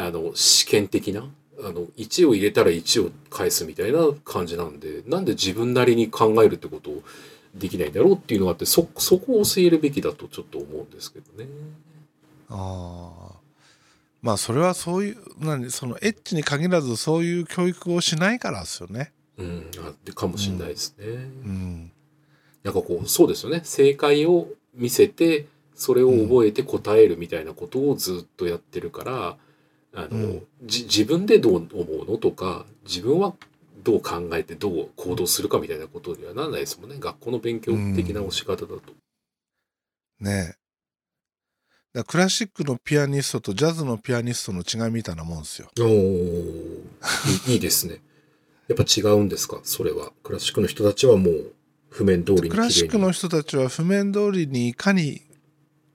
あの試験的なあの1を入れたら1を返すみたいな感じなんでなんで自分なりに考えるってことをできないんだろうっていうのがあってそそこを教えるべきだとちょっと思うんですけどね。あーまあそれはそういう何そのエッチに限らずそういう教育をしないからですよね。うん、あってかもしれないですね。うんなんかこう、そうですよね。正解を見せて、それを覚えて答えるみたいなことをずっとやってるから、あの、うんじ自分でどう思うのとか、自分はどう考えてどう行動するかみたいなことにはならないですもんね。学校の勉強的なお仕方だと。ねえだからクラシックのピアニストとジャズのピアニストの違いみたいなもんですよ。おーいいいいですね。やっぱ違うんですかそれは。クラシックの人たちはもう、譜面通りにクラシックのに。人たちは譜面通りにいかに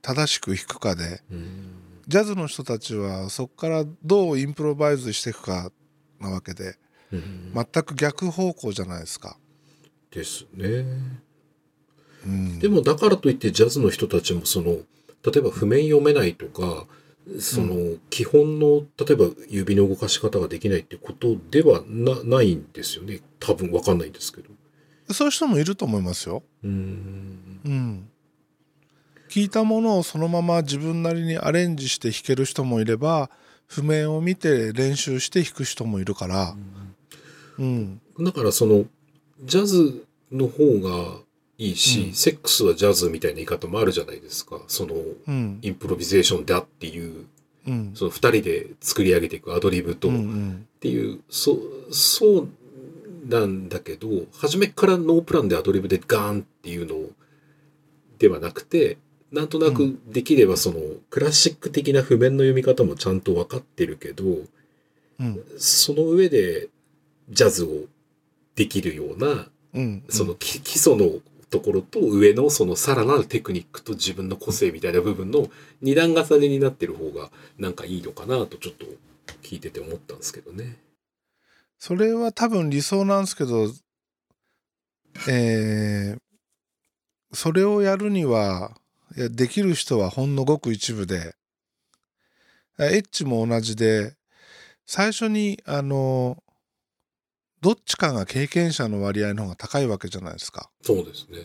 正しく弾くかでうんジャズの人たちはそこからどうインプロバイズしていくかなわけでうん全く逆方向じゃないですか。ですね。うん、でもだからといってジャズの人たちもその例えば譜面読めないとかその基本の例えば指の動かし方ができないってことではなないんですよね多分わかんないんですけどそういう人もいると思いますよ。うーんうん、聞いたものをそのまま自分なりにアレンジして弾ける人もいれば譜面を見て練習して弾く人もいるから、うん、だからそのジャズの方がいいし、うんセックスはジャズみたいな言い方もあるじゃないですかそのうん、インプロビゼーションだっていううん、その2人で作り上げていくアドリブと、うんうんっていう、そ、そうなんだけど、初めからノープランでアドリブでガーンっていうのではなくて、なんとなうくできればその、クラシック的な譜面の読み方もちゃんと分かってるけど、うん、その上でジャズをできるような、うん、そのき基礎のところと上のそのさらなるテクニックと自分の個性みたいな部分の二段重ねになってる方がなんかいいのかなとちょっと聞いてて思ったんですけどね。それは多分理想なんですけど、えーそれをやるにはいやできる人はほんのごく一部でエッチも同じで最初にあのどっちかが経験者の割合の方が高いわけじゃないですか。そうですね。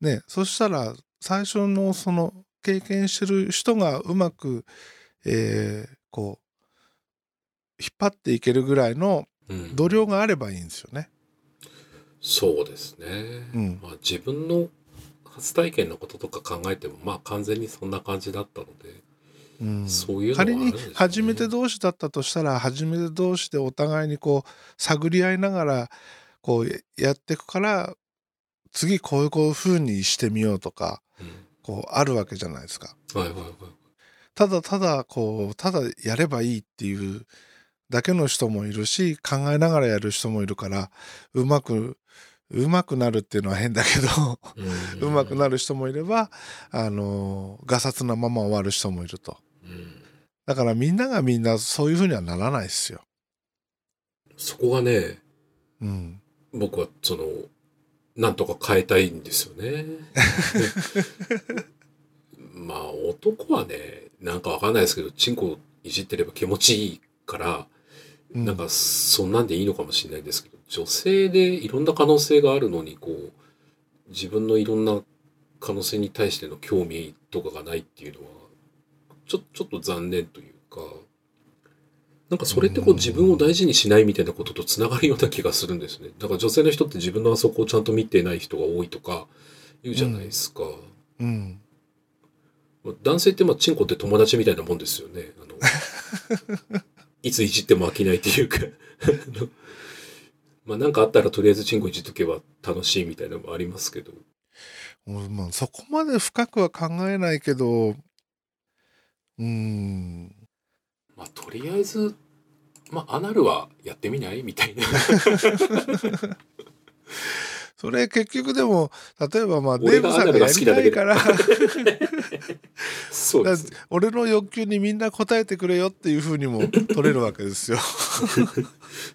ね、そしたら最初のその経験してる人がうまく、えーこう引っ張っていけるぐらいのうん度量があればいいんですよね。そうですね、うんまあ、自分の初体験のこととか考えてもまあ完全にそんな感じだったので、うんそういうのはある仮んにですね初めて同士だったとしたら初めて同士でお互いにこう探り合いながらこうやっていくから次こういうこういう風にしてみようとかうんこうあるわけじゃないですか。はいはいはいただただこうただやればいいっていうだけの人もいるし考えながらやる人もいるからうまくうまくなるっていうのは変だけど。うまくる、なる人もいれば、あのがさつなまま終わる人もいるとうんだからみんながみんなそういうふうにはならないですよ。そこがねうん、僕はそのなんとか変えたいんですよ ね。まあ男はね、なんかわかんないですけど、チンコいじってれば気持ちいいから、うんなんかそんなんでいいのかもしれないんですけど、女性でいろんな可能性があるのに、こう、自分のいろんな可能性に対しての興味とかがないっていうのは、ちょ、ちょっと残念というか、なんかそれってこううん自分を大事にしないみたいなこととつながるような気がするんですね。だから女性の人って自分のあそこをちゃんと見てない人が多いとか言うじゃないですか。うん。男性ってまあチンコって友達みたいなもんですよね。あのいついじっても飽きないっていうかあのまあなんかあったらとりあえずチンコいじっとけば楽しいみたいなのもありますけど。俺まあ、そこまで深くは考えないけど、うーん。まあとりあえず、まあアナルはやってみないみたいな。それ結局でも、例えばまあ、デ俺ーブがさんがやりたいから、そうですね。 俺の欲求にみんな応えてくれよっていうふうにも取れるわけですよ。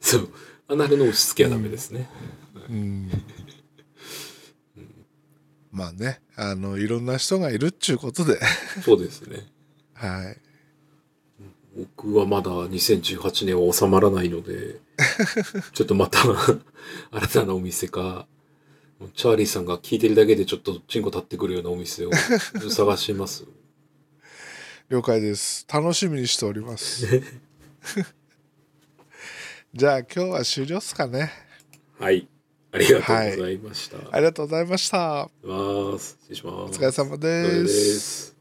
そう。アナルの押し付けはダメですね。 うん。まあね、あの、いろんな人がいるっちゅうことで、そうですね。はい。僕はまだ2018年は収まらないので、ちょっとまた 新たなお店か、チャーリーさんが聞いてるだけでちょっとチンコ立ってくるようなお店を探します。了解です。楽しみにしております。 じゃあ今日は終了っすかね。はい。ありがとうございました。ありがとうございました。い、ます。失礼します。お疲れ様お疲れ様で。ですす。